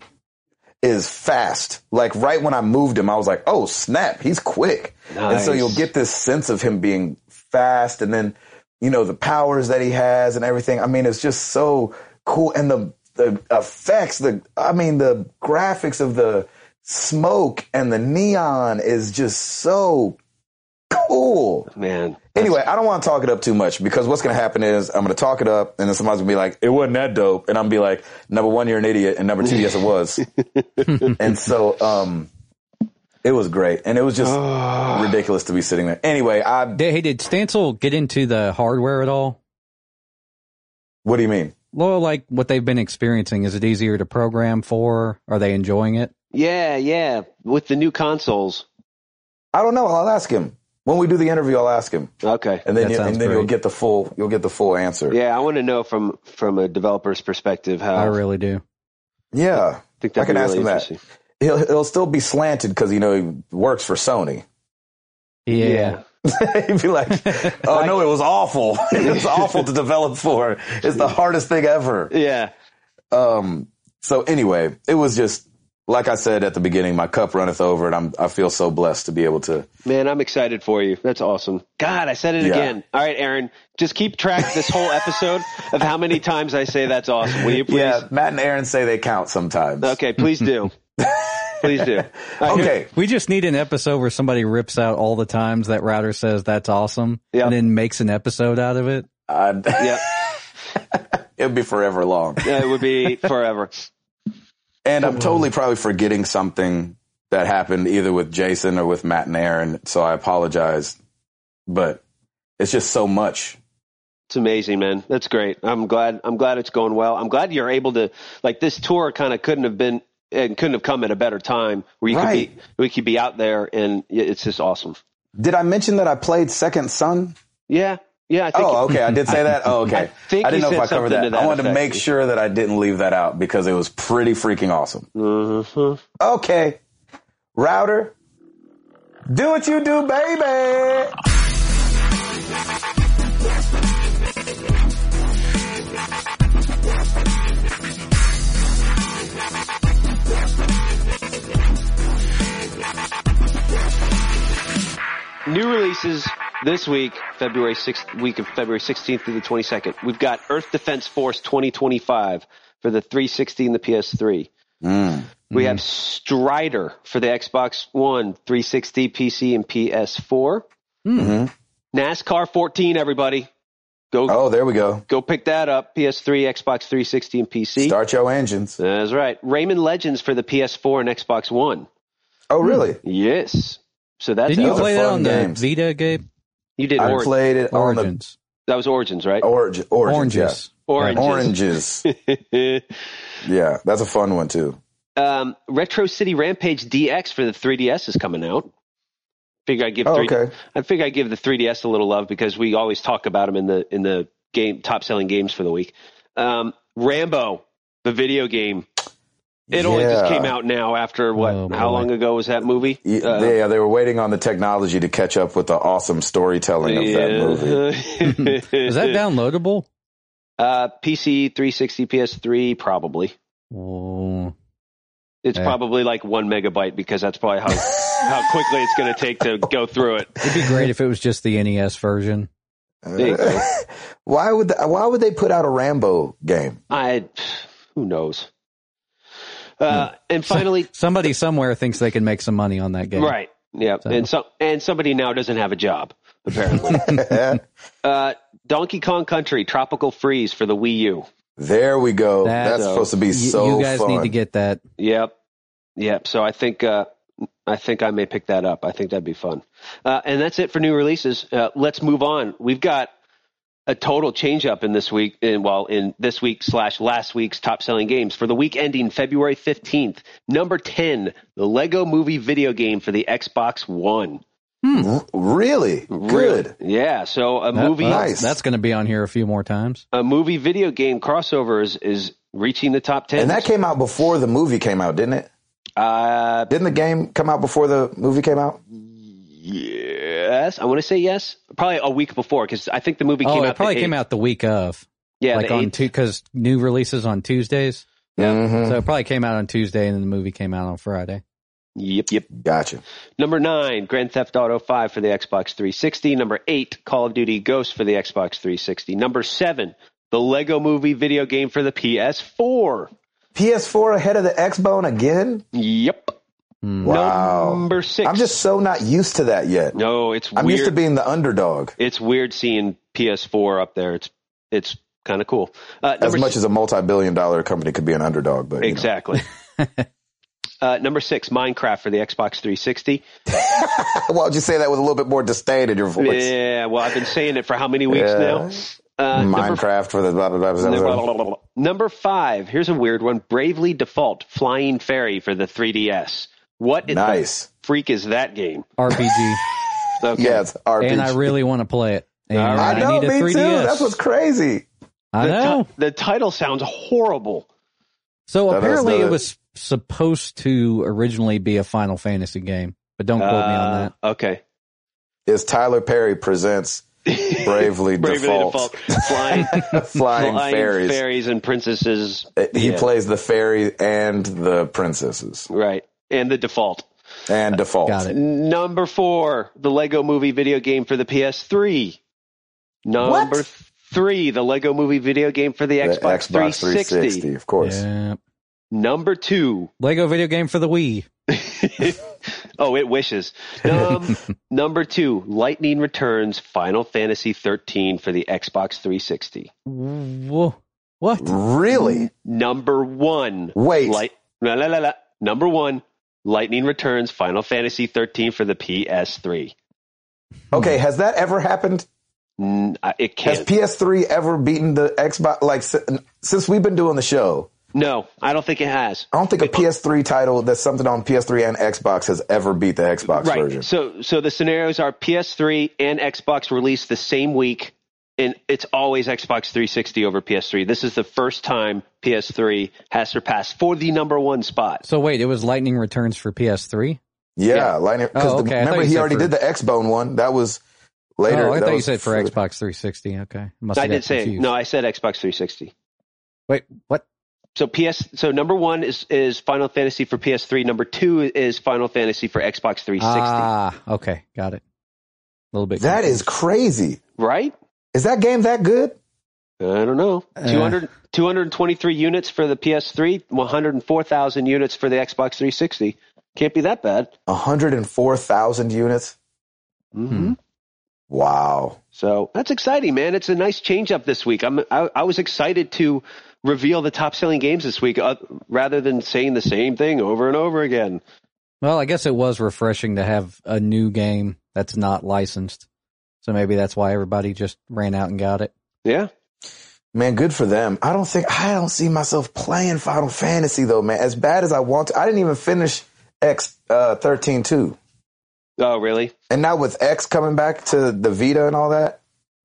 Speaker 1: is fast. Like right when I moved him, I was like, "Oh snap, he's quick!" And so
Speaker 3: Nice.
Speaker 1: you'll get this sense of him being fast, and then you know the powers that he has and everything. I mean, it's just so cool, and the the effects, the I mean, the graphics of the smoke and the neon is just so cool
Speaker 3: Man.
Speaker 1: anyway, I don't want to talk it up too much because what's going to happen is I'm going to talk it up, and then somebody's going to be like, "It wasn't that dope," and I'm going to be like, "Number one, you're an idiot," and number two, yes, it was. and so, um, it was great, and it was just
Speaker 2: Oh.
Speaker 1: ridiculous to be sitting there. Anyway, I.
Speaker 2: Did, hey, did Stancil get into the hardware at all?
Speaker 1: What do you mean?
Speaker 2: Well, like what they've been experiencing, is it easier to program for? Are they enjoying it?
Speaker 3: Yeah, yeah. With the new consoles.
Speaker 1: I don't know. I'll ask him when we do the interview. I'll ask him,
Speaker 3: Okay.
Speaker 1: and then
Speaker 2: That
Speaker 1: you,
Speaker 2: sounds
Speaker 1: and then you'll
Speaker 2: great.
Speaker 1: get the full you'll get the full answer.
Speaker 3: Yeah, I want to know from from a developer's perspective how
Speaker 2: I really do.
Speaker 1: yeah.
Speaker 3: think
Speaker 1: I can ask
Speaker 3: really
Speaker 1: him that.
Speaker 3: interesting.
Speaker 1: He'll he'll still be slanted because you know he works for Sony.
Speaker 2: Yeah.
Speaker 1: He'd be like, "Oh no, it was awful. it was awful to develop for. It's the hardest thing ever."
Speaker 3: Yeah. yeah.
Speaker 1: Um. So anyway, it was just like I said at the beginning. My cup runneth over, and I'm I feel so blessed to be able to.
Speaker 3: Man, I'm excited for you. That's awesome. God, I said it
Speaker 1: Yeah.
Speaker 3: again. All right, Aaron, just keep track this whole episode of how many times I say that's awesome. Will you please?
Speaker 1: Yeah, Matt and Aaron say they count sometimes.
Speaker 3: Okay, please do. please do. All right, here-
Speaker 1: Okay.
Speaker 2: We just need an episode where somebody rips out all the times that router says that's awesome
Speaker 3: Yeah.
Speaker 2: and then makes an episode out of it.
Speaker 1: I,
Speaker 3: Yeah,
Speaker 1: it'll be forever long,
Speaker 3: yeah, it would be forever.
Speaker 1: and I'm totally probably forgetting something that happened either with Jason or with Matt and Aaron. So I apologize, but it's just so much.
Speaker 3: It's amazing, man. That's great. I'm glad. I'm glad it's going well. I'm glad you're able to like this tour. Kind of couldn't have been and couldn't have come at a better time where you could
Speaker 1: Right.
Speaker 3: be we could be out there and it's just awesome.
Speaker 1: Did I mention that I played Second Son?
Speaker 3: Yeah, yeah. I think
Speaker 1: Oh, okay. I did say that. Oh, okay.
Speaker 3: I think
Speaker 1: didn't
Speaker 3: he
Speaker 1: know if
Speaker 3: said
Speaker 1: I covered
Speaker 3: something to
Speaker 1: that.
Speaker 3: that
Speaker 1: I wanted
Speaker 3: effect.
Speaker 1: to make sure that I didn't leave that out because it was pretty freaking awesome.
Speaker 3: Mhm.
Speaker 1: Okay. Router, do what you do, baby.
Speaker 3: New releases this week, February 6th, week of February 16th through the 22nd. We've got Earth Defense Force 2025 for the 360 and the PS3. We have Strider for the Xbox One, 360, PC, and PS4. NASCAR 14, everybody. Go
Speaker 1: Oh, there we go.
Speaker 3: go pick that up. PS3, Xbox 360, and PC.
Speaker 1: Start your engines.
Speaker 3: That's right. Rayman Legends for the PS4 and Xbox One.
Speaker 1: Oh, really?
Speaker 3: Yes. So that's
Speaker 2: Didn't you
Speaker 1: those are
Speaker 2: play that
Speaker 1: fun
Speaker 2: on
Speaker 1: games.
Speaker 2: the Vita, Gabe?
Speaker 3: You did
Speaker 1: I
Speaker 3: Origin.
Speaker 1: played it on the
Speaker 2: Origins.
Speaker 3: That was Origins, right?
Speaker 1: Orange, oranges.
Speaker 2: Oranges.
Speaker 1: Yeah. Oranges.
Speaker 3: Oranges.
Speaker 1: yeah, that's a fun one too.
Speaker 3: um, Retro City Rampage DX for the 3DS is coming out. Figure I give
Speaker 1: Oh,
Speaker 3: three.
Speaker 1: okay.
Speaker 3: I figure I give the 3DS a little love because we always talk about them in the in the game top selling games for the week. Um, Rambo, the video game. It only just
Speaker 1: Yeah.
Speaker 3: came out now after what?
Speaker 2: Oh,
Speaker 3: how
Speaker 2: boy.
Speaker 3: long ago was that movie?
Speaker 1: Yeah,
Speaker 3: Uh,
Speaker 1: they, yeah, they were waiting on the technology to catch up with the awesome storytelling of that movie.
Speaker 2: Is that downloadable?
Speaker 3: uh, PC 360, PS3, probably.
Speaker 2: Whoa.
Speaker 3: It's
Speaker 2: Yeah.
Speaker 3: probably like one megabyte because that's probably how how quickly it's going to take to go through it.
Speaker 2: It'd be great if it was just the NES version.
Speaker 3: There you go.
Speaker 1: why would the, why would they put out a Rambo game?
Speaker 3: I who knows. Uh,
Speaker 2: Hmm.
Speaker 3: and finally,
Speaker 2: Somebody somewhere thinks they can make some money on that game.
Speaker 3: right? Yeah,
Speaker 2: So-
Speaker 3: and so and somebody now doesn't have a job apparently. uh, Donkey Kong Country Tropical Freeze for the Wii U.
Speaker 1: there we go.
Speaker 2: That-
Speaker 1: That's
Speaker 3: uh,
Speaker 1: supposed to be
Speaker 2: You-
Speaker 1: so
Speaker 2: you guys
Speaker 1: fun.
Speaker 2: need to get that.
Speaker 3: Yep, yep. So I think uh, I think I may pick that up. I think that'd be fun. Uh, and that's it for new releases. Uh, let's move on. We've got a total change up in this week, in, well, in this week slash last week's top selling games for the week ending February fifteenth. Number ten, the Lego Movie video game for the Xbox One.
Speaker 1: R- really good.
Speaker 3: Yeah. So a
Speaker 2: That-
Speaker 3: movie,
Speaker 1: Nice.
Speaker 2: That's, going to be on here a few more times.
Speaker 3: a movie video game crossover is, is reaching the top ten.
Speaker 1: And that came out before the movie came out, didn't it?
Speaker 3: uh,
Speaker 1: Didn't the game come out before the movie came out?
Speaker 3: yes, I want to say yes. Probably a week before because I think the movie came
Speaker 2: oh,
Speaker 3: out.
Speaker 2: it probably
Speaker 3: the
Speaker 2: came
Speaker 3: 8th.
Speaker 2: out the week of,
Speaker 3: Yeah,
Speaker 2: like
Speaker 3: the
Speaker 2: on
Speaker 3: 8th.
Speaker 2: two because new releases on Tuesdays.
Speaker 1: Mhm.
Speaker 2: So it probably came out on Tuesday, and then the movie came out on Friday.
Speaker 3: Yep, yep.
Speaker 1: Gotcha.
Speaker 3: Number nine, Grand Theft Auto 5 for the Xbox 360. Number eight, Call of Duty Ghost for the Xbox 360. Number seven, the Lego Movie video game for the PS4.
Speaker 1: PS4 ahead of the Xbone again?
Speaker 3: Yep.
Speaker 2: Hmm.
Speaker 1: Wow.
Speaker 3: Number 6
Speaker 1: I'm just so not used to that yet.
Speaker 3: no, it's
Speaker 1: I'm
Speaker 3: weird.
Speaker 1: used to being the underdog
Speaker 3: it's weird seeing PS4 up there. It's it's kind of cool. Uh,
Speaker 1: as
Speaker 3: number
Speaker 1: much as a multi-billion dollar company could be an underdog, but you know.
Speaker 3: Exactly. uh, number six, Minecraft for the Xbox 360.
Speaker 1: Why would you say that with a little bit more disdain in your voice?
Speaker 3: Yeah, well, I've been saying it for how many weeks
Speaker 1: Yeah.
Speaker 3: now? Uh, number,
Speaker 1: Minecraft for the blah blah blah. blah,
Speaker 3: blah, blah,
Speaker 1: blah.
Speaker 3: blah, blah, blah. number five, here's a weird one Bravely Default Flying Fairy for the 3DS. What in
Speaker 1: Nice.
Speaker 3: the freak is that game?
Speaker 2: RPG,
Speaker 3: Okay.
Speaker 1: Yeah, it's RPG.
Speaker 2: and I really want to play it. And
Speaker 3: All
Speaker 1: I
Speaker 3: right.
Speaker 1: know,
Speaker 2: need a
Speaker 1: me
Speaker 2: 3DS.
Speaker 1: too. That's what's crazy.
Speaker 2: I
Speaker 3: The,
Speaker 2: know.
Speaker 3: ti- the title sounds horrible.
Speaker 2: So
Speaker 1: That is
Speaker 2: apparently,
Speaker 1: the-
Speaker 2: it was supposed to originally be a Final Fantasy game, but don't quote me on that.
Speaker 3: Uh, Okay.
Speaker 1: Is Tyler Perry presents Bravely,
Speaker 3: Bravely
Speaker 1: Default,
Speaker 3: Default, Flying,
Speaker 1: Flying,
Speaker 3: flying
Speaker 1: Fairies.
Speaker 3: fairies. and Princesses.
Speaker 1: Uh, He
Speaker 3: Yeah.
Speaker 1: plays the fairy and the princesses
Speaker 3: Right. And the default.
Speaker 1: and Default.
Speaker 2: Got it.
Speaker 3: Number four, the Lego movie video game for the PS3. Number
Speaker 1: What?
Speaker 3: three, the Lego movie video game for the,
Speaker 1: The
Speaker 3: Xbox, 360.
Speaker 1: of course.
Speaker 2: Yeah.
Speaker 3: Number two,
Speaker 2: Lego video game for the Wii.
Speaker 3: oh, it wishes. Num- number two, Lightning Returns Final Fantasy 13 for the Xbox 360.
Speaker 2: Whoa. What?
Speaker 1: Really?
Speaker 2: Mm-hmm.
Speaker 3: Number one,
Speaker 1: Wait.
Speaker 3: Light, la, la, la, la. Number one, Lightning Returns Final Fantasy 13 for the PS3.
Speaker 1: Okay, has that ever happened?
Speaker 3: N- I- it
Speaker 1: Has
Speaker 3: can't.
Speaker 1: PS3 ever beaten the Xbox? Like si- since we've been doing the show,
Speaker 3: no, I don't think it has.
Speaker 1: I don't think a PS3 title that's something on PS3 and Xbox has ever beat the Xbox
Speaker 3: right.
Speaker 1: version.
Speaker 3: So so the scenarios are PS3 and Xbox released the same week, and it's always Xbox 360 over PS3. This is the first time PS3 has surpassed for the number one spot.
Speaker 2: So wait, it was Lightning Returns for PS3?
Speaker 1: Yeah,
Speaker 3: Yeah.
Speaker 1: Lightning. Because
Speaker 2: Oh, okay. I
Speaker 1: remember,
Speaker 2: thought you
Speaker 1: he
Speaker 2: said
Speaker 1: already
Speaker 2: for-
Speaker 1: did the X Bone one. That was later.
Speaker 2: oh, I
Speaker 1: that
Speaker 2: thought you
Speaker 1: was
Speaker 2: said for Xbox 360. Okay. Must
Speaker 3: I
Speaker 2: have got
Speaker 3: did say
Speaker 2: confused.
Speaker 3: no. I said Xbox 360.
Speaker 2: Wait, what?
Speaker 3: So PS. So number one is is Final Fantasy for PS3. Number two is Final Fantasy for Xbox 360.
Speaker 2: Ah, okay. Got it. A little bit.
Speaker 1: That is
Speaker 2: confused.
Speaker 1: crazy.
Speaker 3: right?
Speaker 1: Is that game that good?
Speaker 3: I don't know.
Speaker 2: Uh.
Speaker 3: 200, 223 units for the PS3, 104,000 units for the Xbox 360. Can't be that bad.
Speaker 1: hundred and four thousand units.
Speaker 2: Hmm.
Speaker 3: Mm-hmm.
Speaker 1: Wow.
Speaker 3: So that's exciting, man. It's a nice change up this week. I'm I, I was excited to reveal the top selling games this week, uh, rather than saying the same thing over and over again.
Speaker 2: Well, I guess it was refreshing to have a new game that's not licensed. So maybe that's why everybody just ran out and got it.
Speaker 3: Yeah.
Speaker 1: Man, good for them. I don't think I don't see myself playing Final Fantasy though, man. As bad as I want to, I didn't even finish X uh, thirteen two,
Speaker 3: Oh, really?
Speaker 1: and now with X coming back to the Vita and all that,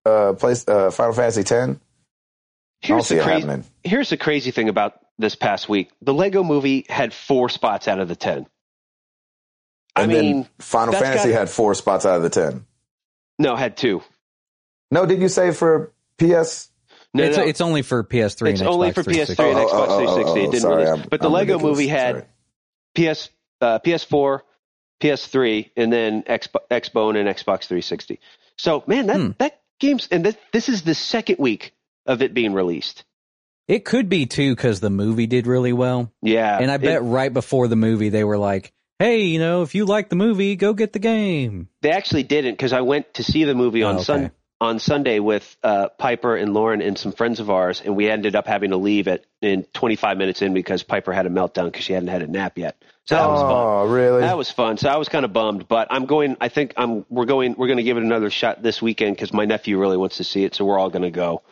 Speaker 1: uh, place uh, Final Fantasy ten. I don't
Speaker 3: Here's
Speaker 1: see
Speaker 3: the
Speaker 1: it
Speaker 3: crazy.
Speaker 1: happening.
Speaker 3: Here's the crazy thing about this past week: the Lego Movie had four spots out of the ten. I
Speaker 1: And
Speaker 3: mean,
Speaker 1: then Final
Speaker 3: that's
Speaker 1: Fantasy
Speaker 3: gotta-
Speaker 1: had four spots out of the ten.
Speaker 3: no, had two.
Speaker 1: No, did you say for PS?
Speaker 3: No,
Speaker 2: it's,
Speaker 3: no,
Speaker 2: it's only for PS3
Speaker 3: It's
Speaker 2: and
Speaker 3: only
Speaker 2: Xbox
Speaker 3: for PS3
Speaker 2: 360.
Speaker 1: Oh,
Speaker 3: and Xbox 360. It didn't release.
Speaker 1: I'm-
Speaker 3: But the
Speaker 1: I'm
Speaker 3: Lego
Speaker 1: ridiculous.
Speaker 3: movie had-
Speaker 1: Sorry.
Speaker 3: PS, uh, PS4, PS3, and then Xbox, Xbone and Xbox 360. So, man, that
Speaker 2: Hmm.
Speaker 3: that game's and this, this is the second week of it being released.
Speaker 2: It could be too because the movie did really well,
Speaker 3: Yeah,
Speaker 2: and I
Speaker 3: It-
Speaker 2: bet right before the movie they were like, "Hey, you know, if you like the movie, go get the game."
Speaker 3: they actually didn't because I went to see the movie
Speaker 2: Oh,
Speaker 3: on
Speaker 2: okay.
Speaker 3: Sun on Sunday with uh, Piper and Lauren and some friends of ours, and we ended up having to leave at in 25 minutes in because Piper had a meltdown because she hadn't had a nap yet. So that was fun.
Speaker 1: Oh, really?
Speaker 3: That was fun. So I was kind of bummed, but I'm going. I think I'm. We're going. We're going to give it another shot this weekend because my nephew really wants to see it. So we're all going to go.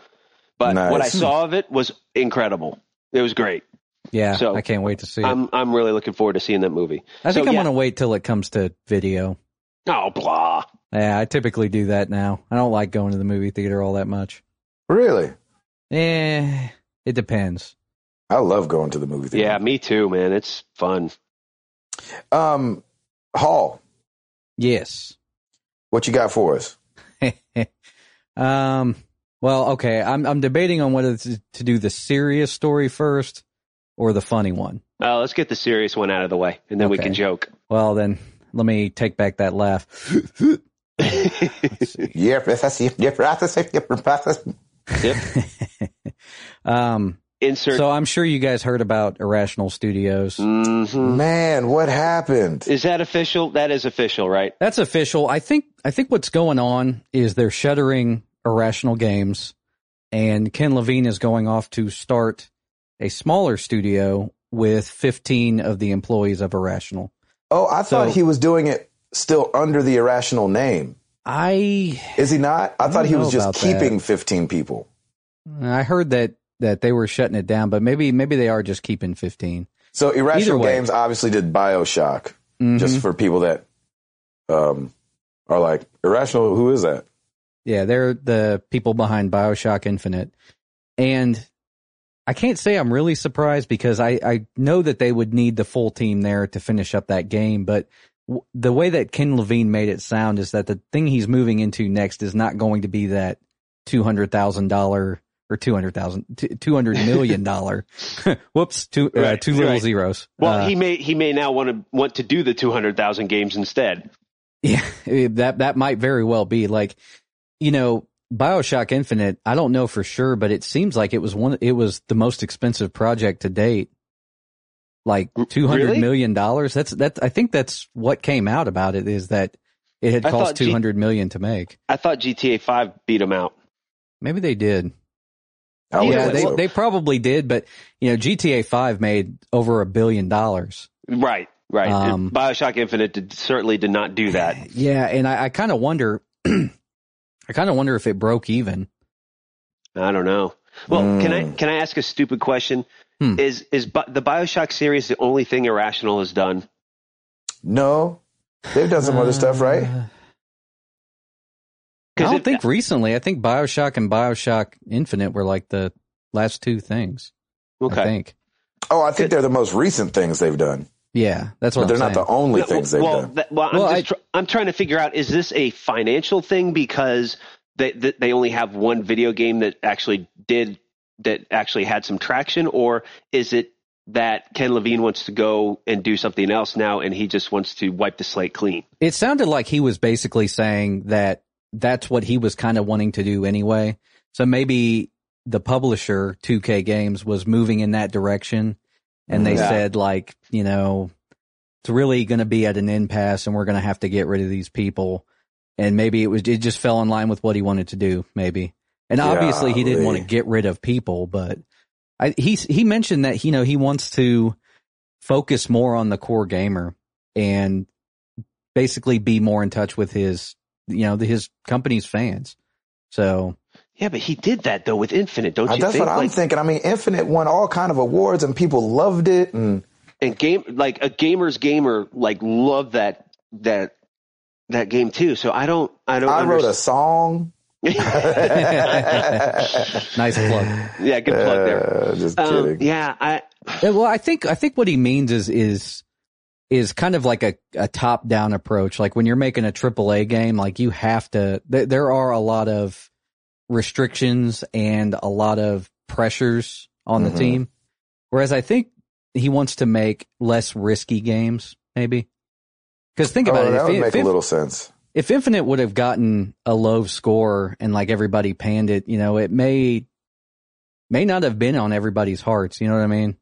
Speaker 3: But
Speaker 1: Nice.
Speaker 3: what I saw of it was incredible. It was great.
Speaker 2: Yeah,
Speaker 3: So,
Speaker 2: I can't wait to see it.
Speaker 3: I'm I'm really looking forward to seeing that movie.
Speaker 2: I think
Speaker 3: so,
Speaker 2: I'm
Speaker 3: yeah.
Speaker 2: gonna wait till it comes to video.
Speaker 3: Oh blah.
Speaker 2: Yeah, I typically do that now. I don't like going to the movie theater all that much.
Speaker 1: really?
Speaker 2: Eh, it depends.
Speaker 1: I love going to the movie theater.
Speaker 3: Yeah, me too, man. It's fun.
Speaker 1: Um, Hall,
Speaker 2: Yes.
Speaker 1: what you got for us?
Speaker 2: um. Well, okay. I'm I'm debating on whether to, to do the serious story first or the funny one.
Speaker 3: Uh, let's get the serious one out of the way, and then we
Speaker 2: Okay.
Speaker 3: can joke.
Speaker 2: Well, then let me take back that laugh. Let's see.
Speaker 1: Yeah, that's yeah, that's yeah, that's
Speaker 2: um.
Speaker 3: Insert.
Speaker 2: So I'm sure you guys heard about Irrational Studios.
Speaker 3: Mhm.
Speaker 1: Man, what happened?
Speaker 3: Is that official? That is official, right?
Speaker 2: That's official. I think I think what's going on is they're shuttering Irrational Games, and Ken Levine is going off to start a smaller studio with 15 of the employees of Irrational.
Speaker 1: Oh, I thought
Speaker 2: So-
Speaker 1: he was doing it still under the irrational name.
Speaker 2: I
Speaker 1: Is he not? I,
Speaker 2: I
Speaker 1: thought he
Speaker 2: don't
Speaker 1: was
Speaker 2: know
Speaker 1: just
Speaker 2: about that.
Speaker 1: keeping 15 people.
Speaker 2: I heard that that they were shutting it down, but maybe maybe they are just keeping 15.
Speaker 1: So Irrational
Speaker 2: way.
Speaker 1: Games obviously did BioShock
Speaker 2: Mhm.
Speaker 3: Mm-hmm.
Speaker 1: just for people that um are like Irrational, who is that?
Speaker 2: Yeah, they're the people behind Bioshock Infinite. And I can't say I'm really surprised because I, I know that they would need the full team there to finish up that game. But w- the way that Ken Levine made it sound is that the thing he's moving into next is not going to be that $200,000 or 200,000, t- $200 million dollar. Whoops, two, uh,
Speaker 3: Right,
Speaker 2: two little
Speaker 3: right.
Speaker 2: zeros.
Speaker 3: Well,
Speaker 2: Uh,
Speaker 3: he may he may now want to want to do the two hundred thousand games instead.
Speaker 2: Yeah, eh, that that might very well be like, you know, BioShock Infinite. I don't know for sure, but it seems like it was one. It was the most expensive project to date. Like
Speaker 3: R-
Speaker 2: two hundred
Speaker 3: really?
Speaker 2: million dollars. That's that. I think that's what came out about it is that it had
Speaker 3: I
Speaker 2: cost
Speaker 3: thought G-
Speaker 2: two hundred million to make.
Speaker 3: I thought GTA Five beat him out.
Speaker 2: Maybe they did.
Speaker 1: I would
Speaker 3: Yeah,
Speaker 2: yeah,
Speaker 1: think
Speaker 2: they
Speaker 1: so.
Speaker 2: they probably did, but you know, GTA Five made over a billion dollars.
Speaker 3: Right, right.
Speaker 2: Um,
Speaker 3: And Bioshock Infinite did, certainly did not do that.
Speaker 2: Yeah, and I, I kind of wonder. I kind of wonder if it broke even.
Speaker 3: I don't know. Well,
Speaker 1: Mm.
Speaker 3: can I can I ask a stupid question?
Speaker 2: Hmm.
Speaker 3: Is is Bi- the Bioshock series the only thing Irrational has done?
Speaker 1: No. They've done some other stuff, right?
Speaker 2: Uh, I
Speaker 3: 'Cause
Speaker 2: don't
Speaker 3: it-
Speaker 2: think recently. I think Bioshock and Bioshock Infinite were like the last two things. I
Speaker 3: Okay.
Speaker 2: think.
Speaker 1: Oh, I think they're the most recent things they've done,
Speaker 2: Yeah, that's what
Speaker 1: but they're
Speaker 2: I'm
Speaker 1: not the
Speaker 2: saying.
Speaker 1: only
Speaker 3: No,
Speaker 1: things they've
Speaker 3: well,
Speaker 1: done.
Speaker 3: that- well, I'm,
Speaker 2: Well,
Speaker 3: just
Speaker 2: I-
Speaker 3: tr- I'm trying to figure out is this a financial thing because they, they they only have one video game that actually did that actually had some traction, or is it that Ken Levine wants to go and do something else now, and he just wants to wipe the slate clean?
Speaker 2: It sounded like he was basically saying that that's what he was kind of wanting to do anyway. So maybe the publisher 2K Games was moving in that direction and they
Speaker 3: Yeah.
Speaker 2: said like, you know, it's really going to be at an impasse and we're going to have to get rid of these people. And maybe it was it just fell in line with what he wanted to do, maybe. And obviously he didn't want to
Speaker 1: Golly.
Speaker 2: get rid of people, but I, he he mentioned that you know he wants to focus more on the core gamer and basically be more in touch with his you know, the, his company's fans. So
Speaker 3: Yeah, but he did that though with Infinite, don't you
Speaker 1: Uh, That's
Speaker 3: think?
Speaker 1: what I'm
Speaker 3: like,
Speaker 1: thinking. I mean, Infinite won all kind of awards and people loved it. And
Speaker 3: and game like a gamer's gamer like loved that that that game too. So I don't I don't
Speaker 1: I wrote a
Speaker 3: understand.
Speaker 1: song.
Speaker 2: nice plug.
Speaker 3: yeah, good plug there.
Speaker 1: Uh, just
Speaker 3: Um,
Speaker 1: kidding.
Speaker 3: yeah, I
Speaker 2: Yeah, well, I think I think what he means is is is kind of like a, a top down approach. Like when you're making a AAA game, like you have to. Th- there are a lot of restrictions and a lot of pressures on
Speaker 1: Mhm.
Speaker 2: the team. Whereas I think he wants to make less risky games, maybe. Because think about
Speaker 1: Oh,
Speaker 2: it,
Speaker 1: that
Speaker 2: if,
Speaker 1: would
Speaker 2: if,
Speaker 1: make a
Speaker 2: if-
Speaker 1: little sense.
Speaker 2: if Infinite would have gotten a low score and like everybody panned it, you know, it may may not have been on everybody's hearts. You know what I mean?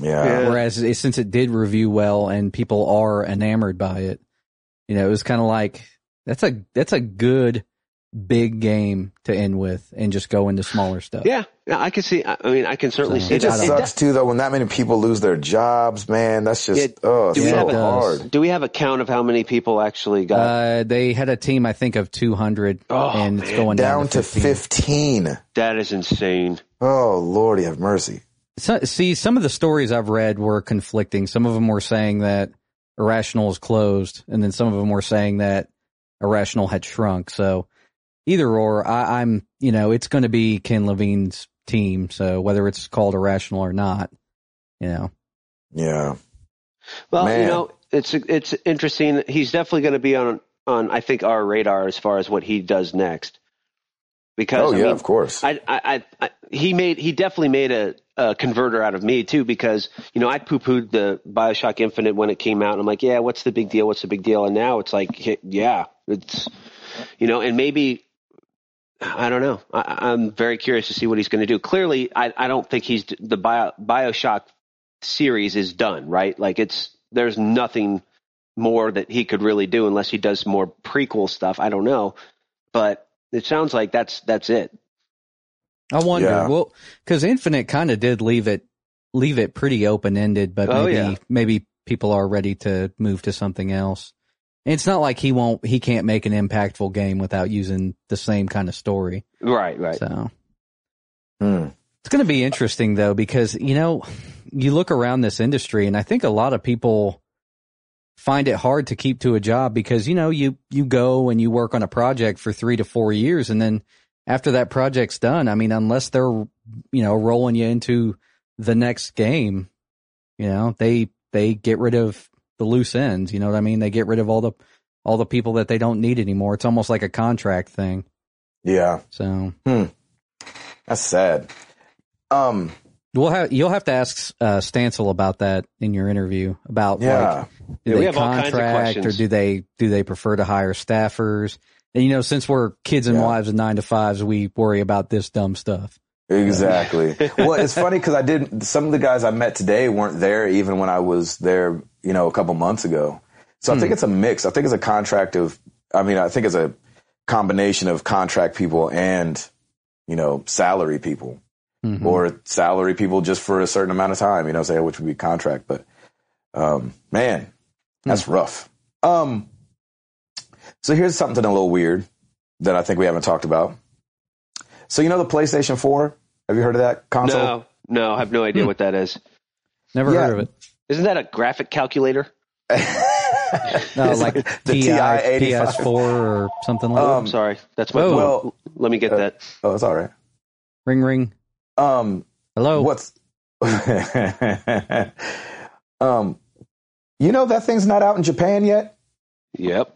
Speaker 1: Yeah.
Speaker 3: Yeah.
Speaker 2: Uh, Whereas it, since it did review well and people are enamored by it, you know, it was kind of like that's a that's a good big game to end with and just go into smaller stuff.
Speaker 3: yeah, yeah, I can see I I mean I can certainly
Speaker 2: So-
Speaker 3: see
Speaker 1: It just
Speaker 3: that.
Speaker 1: sucks too, though, when that many people lose their jobs, man. That's just,
Speaker 3: Yeah,
Speaker 1: oh,
Speaker 3: do
Speaker 2: we have
Speaker 1: so
Speaker 2: a-
Speaker 1: hard.
Speaker 3: Do we have a count of how many people actually got
Speaker 2: Uh, they had a team, I think, of 200,
Speaker 3: Oh,
Speaker 2: and it's
Speaker 3: man.
Speaker 2: going down,
Speaker 1: Down to 15.
Speaker 3: that is insane.
Speaker 1: Oh, Lordy, have mercy.
Speaker 2: So, see, some of the stories I've read were conflicting. Some of them were saying that Irrational is closed, and then some of them were saying that Irrational had shrunk. So either or, I, I'm, you know, it's going to be Ken Levine's team. So whether it's called Irrational or not, you know,
Speaker 1: Yeah.
Speaker 3: Well, you
Speaker 1: Man.
Speaker 3: know, it's it's interesting. He's definitely going to be on on I think our radar as far as what he does next. Because
Speaker 1: Oh,
Speaker 3: I
Speaker 1: yeah,
Speaker 3: mean,
Speaker 1: of course.
Speaker 3: I, I, I, I he made he definitely made a, a converter out of me too because you know I poo pooed the Bioshock Infinite when it came out. And I'm like, yeah, what's the big deal? What's the big deal? And now it's like, hi- yeah, it's you know, and maybe I don't know. I- I, I'm very curious to see what he's going to do. Clearly, I, I don't think he's the Bio, Bioshock series is done, right? Like it's there's nothing more that he could really do unless he does more prequel stuff. I don't know, but it sounds like that's that's it.
Speaker 2: I wonder,
Speaker 1: Yeah.
Speaker 2: well, cause Infinite kind of did leave it, leave it pretty open ended, but
Speaker 3: Oh,
Speaker 2: maybe,
Speaker 3: yeah.
Speaker 2: maybe people are ready to move to something else. And it's not like he won't, he can't make an impactful game without using the same kind of story.
Speaker 3: Right, right.
Speaker 2: So.
Speaker 1: Hmm.
Speaker 2: It's going to be interesting though, because, you know, you look around this industry and I think a lot of people find it hard to keep to a job because, you know, you, you go and you work on a project for three to four years. And then after that project's done, I mean, unless they're, you know, rolling you into the next game, you know, they, they get rid of the loose ends. You know what I mean? They get rid of all the, all the people that they don't need anymore. It's almost like a contract thing.
Speaker 1: Yeah.
Speaker 2: So
Speaker 1: That's sad. Um,
Speaker 2: We'll have you'll have to ask uh, Stancil about that in your interview about
Speaker 1: yeah.
Speaker 2: like do
Speaker 3: Yeah, we
Speaker 2: they
Speaker 3: have all kinds of
Speaker 2: contract or
Speaker 3: questions.
Speaker 2: do they do they prefer to hire staffers? And you know, since we're kids and
Speaker 1: Yeah.
Speaker 2: wives and nine to fives, we worry about this dumb stuff.
Speaker 1: Exactly. well, it's funny because I did some of the guys I met today weren't there even when I was there, you know, a couple months ago. So I
Speaker 2: Hmm.
Speaker 1: think it's a mix. I think it's a contract of, I mean, I think it's a combination of contract people and, you know, salary people
Speaker 2: Mhm.
Speaker 1: or salary people just for a certain amount of time, you know, say, which would be contract. But, um, man, that's
Speaker 2: Hmm.
Speaker 1: rough. Um, so here's something a little weird that I think we haven't talked about. So you know the PlayStation 4? Have you heard of that console? Hmm.
Speaker 3: no, no, I have no idea what that is.
Speaker 2: Never
Speaker 1: yeah.
Speaker 2: heard of it.
Speaker 3: Isn't that a graphic calculator?
Speaker 2: No,
Speaker 1: It's
Speaker 2: Uh, like
Speaker 1: the
Speaker 2: TI,
Speaker 1: TI-85.
Speaker 2: PS4 or something like
Speaker 1: Um,
Speaker 2: that.
Speaker 3: Sorry, that's my.
Speaker 2: oh.
Speaker 3: Well, let me get
Speaker 1: uh,
Speaker 3: that.
Speaker 1: Oh, it's all right.
Speaker 2: Ring ring.
Speaker 1: Um,
Speaker 2: Hello.
Speaker 1: what's um, you know that thing's not out in Japan yet.
Speaker 3: Yep,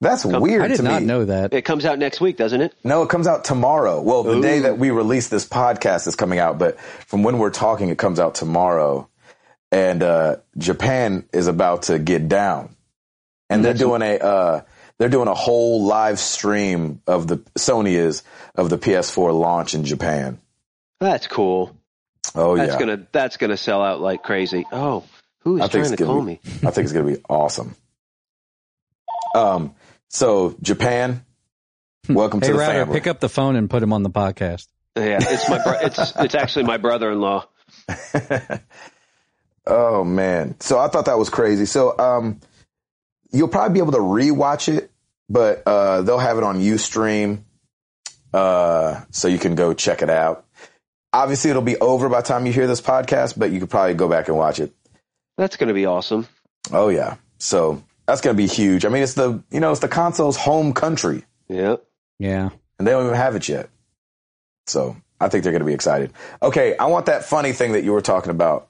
Speaker 1: That's
Speaker 3: Come-
Speaker 1: weird
Speaker 2: I did
Speaker 1: to
Speaker 2: not
Speaker 1: me.
Speaker 2: know that.
Speaker 3: it comes out next week, doesn't it?
Speaker 1: No, it comes out tomorrow. Well, the
Speaker 3: Ooh.
Speaker 1: day that we release this podcast is coming out, but from when we're talking, it comes out tomorrow. And uh, Japan is about to get down, and they're doing a uh, they're doing a whole live stream of the Sony is of the PS4 launch in Japan.
Speaker 3: That's cool.
Speaker 1: Oh
Speaker 3: That's
Speaker 1: yeah,
Speaker 3: gonna that's gonna sell out like crazy. Oh, who
Speaker 1: I think
Speaker 3: is trying
Speaker 1: it's
Speaker 3: to
Speaker 1: gonna
Speaker 3: call
Speaker 1: be-
Speaker 3: me?
Speaker 1: I think it's gonna be awesome. Um, so Japan,
Speaker 3: Hmm.
Speaker 1: welcome
Speaker 2: Hey
Speaker 1: to the
Speaker 2: router,
Speaker 1: family.
Speaker 2: pick up the phone and put him on the podcast.
Speaker 3: Yeah, it's my bro- it's it's actually my brother-in-law.
Speaker 1: Oh man. So I thought that was crazy. So um you'll probably be able to rewatch it but uh, they'll have it on UStream, uh, so you can go check it out. Obviously, it'll be over by the time you hear this podcast, but you could probably go back and watch it.
Speaker 3: That's going to be awesome.
Speaker 1: Oh yeah, so that's going to be huge. I mean, it's the you know it's the console's home country,
Speaker 3: Yeah.
Speaker 2: Yeah.
Speaker 1: and they don't even have it yet. So I think they're going to be excited. Okay, I want that funny thing that you were talking about,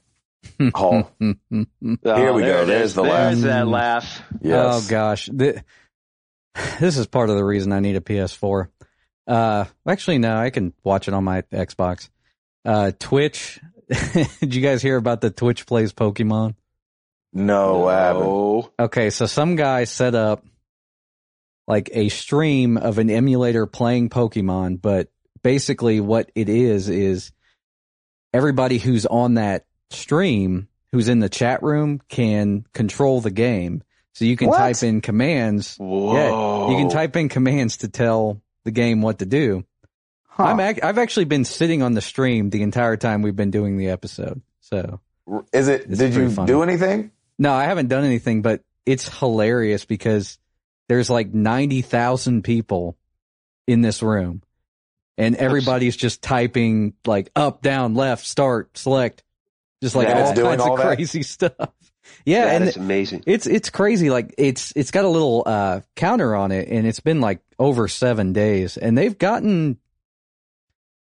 Speaker 2: Oh,
Speaker 1: Hall.
Speaker 2: Mm,
Speaker 1: Here we
Speaker 3: Oh, there
Speaker 1: go.
Speaker 3: it
Speaker 1: There's
Speaker 3: is.
Speaker 1: the
Speaker 3: There's
Speaker 2: laugh.
Speaker 3: that laugh.
Speaker 1: Yes.
Speaker 2: Oh gosh, Th- this is part of the reason I need a PS4. Uh, actually, no, I can watch it on my Xbox. Uh, Twitch. Did you guys hear about the Twitch plays Pokemon?
Speaker 1: No, what happened?
Speaker 3: No.
Speaker 2: Okay, so some guy set up like a stream of an emulator playing Pokemon, but basically what it is is everybody who's on that stream, who's in the chat room, can control the game. So you can
Speaker 1: What?
Speaker 2: type in commands
Speaker 3: Whoa.
Speaker 1: Oh.
Speaker 2: you can type in commands to tell the game what to do.
Speaker 1: Huh.
Speaker 2: I'm ac- I've actually been sitting on the stream the entire time we've been doing the episode. So
Speaker 1: Is it?
Speaker 2: It's
Speaker 1: did you
Speaker 2: pretty funny.
Speaker 1: do anything?
Speaker 2: no, I haven't done anything, but it's hilarious because there's like 90,000 people in this room and everybody's just typing like up, down, left, start, select, just like
Speaker 3: Yeah, it's
Speaker 2: all
Speaker 1: doing
Speaker 2: kinds
Speaker 1: all
Speaker 2: of
Speaker 1: that?
Speaker 2: crazy stuff. Yeah.
Speaker 3: That
Speaker 2: and
Speaker 3: is amazing.
Speaker 2: It's it's crazy. Like it's it's got a little uh, counter on it, and it's been like over seven days, and they've gotten.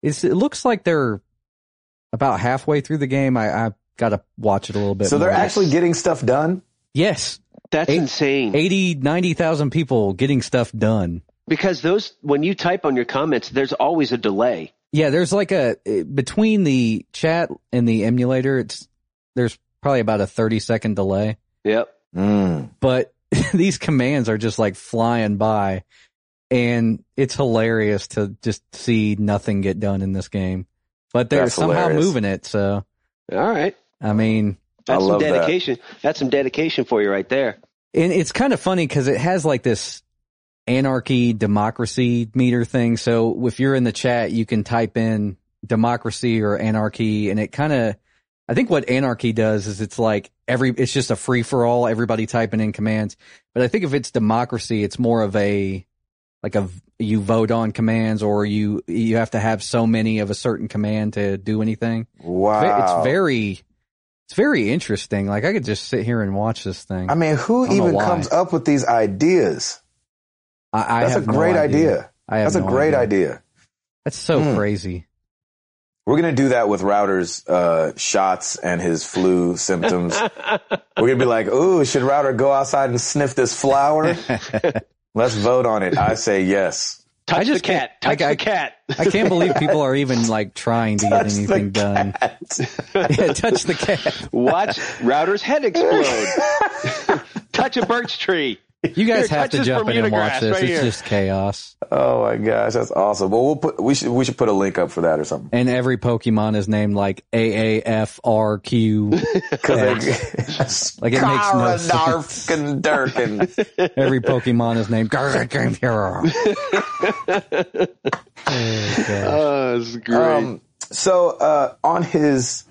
Speaker 2: It's it looks like they're about halfway through the game. I I gotta watch it a little bit.
Speaker 1: So they're
Speaker 2: more.
Speaker 1: actually getting stuff done.
Speaker 2: yes,
Speaker 3: That's
Speaker 2: eight-
Speaker 3: insane.
Speaker 2: 80, 90,000 people getting stuff done.
Speaker 3: Because those, when you type on your comments, there's always a delay.
Speaker 2: Yeah, there's like a eh, between the chat and the emulator. It's there's probably about a thirty second delay.
Speaker 3: Yep.
Speaker 1: Mm.
Speaker 2: but these commands are just like flying by and it's hilarious to just see nothing get done in this game but they're
Speaker 1: That's
Speaker 2: somehow
Speaker 1: hilarious.
Speaker 2: moving it so
Speaker 3: All right.
Speaker 2: i mean
Speaker 1: I
Speaker 3: That's some
Speaker 1: love that.
Speaker 3: dedication. That's some dedication for you right there.
Speaker 2: and it's kind of funny because it has like this anarchy democracy meter thing so if you're in the chat you can type in democracy or anarchy and it kind of i think what anarchy does is it's like every it's just a free for all everybody typing in commands but i think if it's democracy it's more of a like a you vote on commands or you you have to have so many of a certain command to do anything Ve-
Speaker 1: Wow.
Speaker 2: it's very it's very interesting like i could just sit here and watch this thing
Speaker 1: I mean, who
Speaker 2: I don't know
Speaker 1: even
Speaker 2: why.
Speaker 1: comes up with these ideas?
Speaker 2: I, I
Speaker 1: That's a
Speaker 2: have no
Speaker 1: great idea.
Speaker 2: I have
Speaker 1: That's a
Speaker 2: no
Speaker 1: great idea.
Speaker 2: That's so
Speaker 1: Hmm.
Speaker 2: crazy.
Speaker 1: We're gonna do that with Router's uh, shots and his flu symptoms. We're gonna be like, "Ooh, should Router go outside and sniff this flower?" Let's vote on it. I say yes.
Speaker 3: Touch
Speaker 2: I just
Speaker 3: the cat.
Speaker 2: can't-
Speaker 3: Touch
Speaker 2: I- I-
Speaker 3: the cat.
Speaker 2: I can't believe people are even like trying to get
Speaker 1: Touch the
Speaker 2: anything done. Yeah, touch the cat.
Speaker 3: Watch router's head explode. touch a birch tree.
Speaker 2: You guys
Speaker 3: Here,
Speaker 2: have
Speaker 3: touch
Speaker 2: to
Speaker 3: this
Speaker 2: jump in and
Speaker 3: Bermuda
Speaker 2: watch
Speaker 3: grass
Speaker 2: this.
Speaker 3: right
Speaker 2: it's
Speaker 3: here.
Speaker 2: just chaos.
Speaker 1: Oh my gosh, that's awesome. Well, we'll put we should we should put a link up for that or something
Speaker 2: And every Pokemon is named like A A F R Q.
Speaker 1: because
Speaker 2: Like, it makes no
Speaker 1: and Dirk and
Speaker 2: Every Pokemon is named Garlic Game Hero. Oh, God.
Speaker 3: Oh, it's great.
Speaker 1: Um, so uh, on his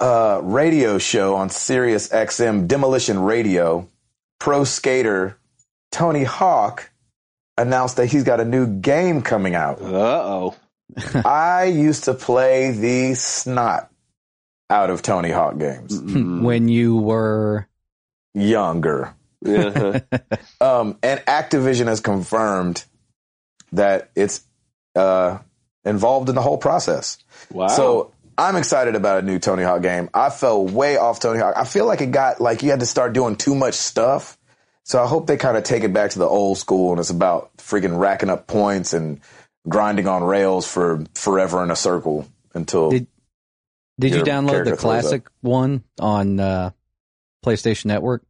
Speaker 1: uh, radio show on Sirius XM, Demolition Radio, pro skater Tony Hawk announced that he's got a new game coming out.
Speaker 3: uh oh.
Speaker 1: I used to play the snot out of Tony Hawk games
Speaker 2: when you were
Speaker 1: younger.
Speaker 3: Yeah.
Speaker 1: Um, and Activision has confirmed that it's uh, involved in the whole process.
Speaker 3: Wow.
Speaker 1: So I'm excited about a new Tony Hawk game. I fell way off Tony Hawk. I feel like it got like you had to start doing too much stuff. So I hope they kind of take it back to the old school and it's about freaking racking up points and grinding on rails for forever in a circle until
Speaker 2: Did- Did you
Speaker 1: Your
Speaker 2: download
Speaker 1: character
Speaker 2: the
Speaker 1: throws up.
Speaker 2: classic one on uh, PlayStation Network?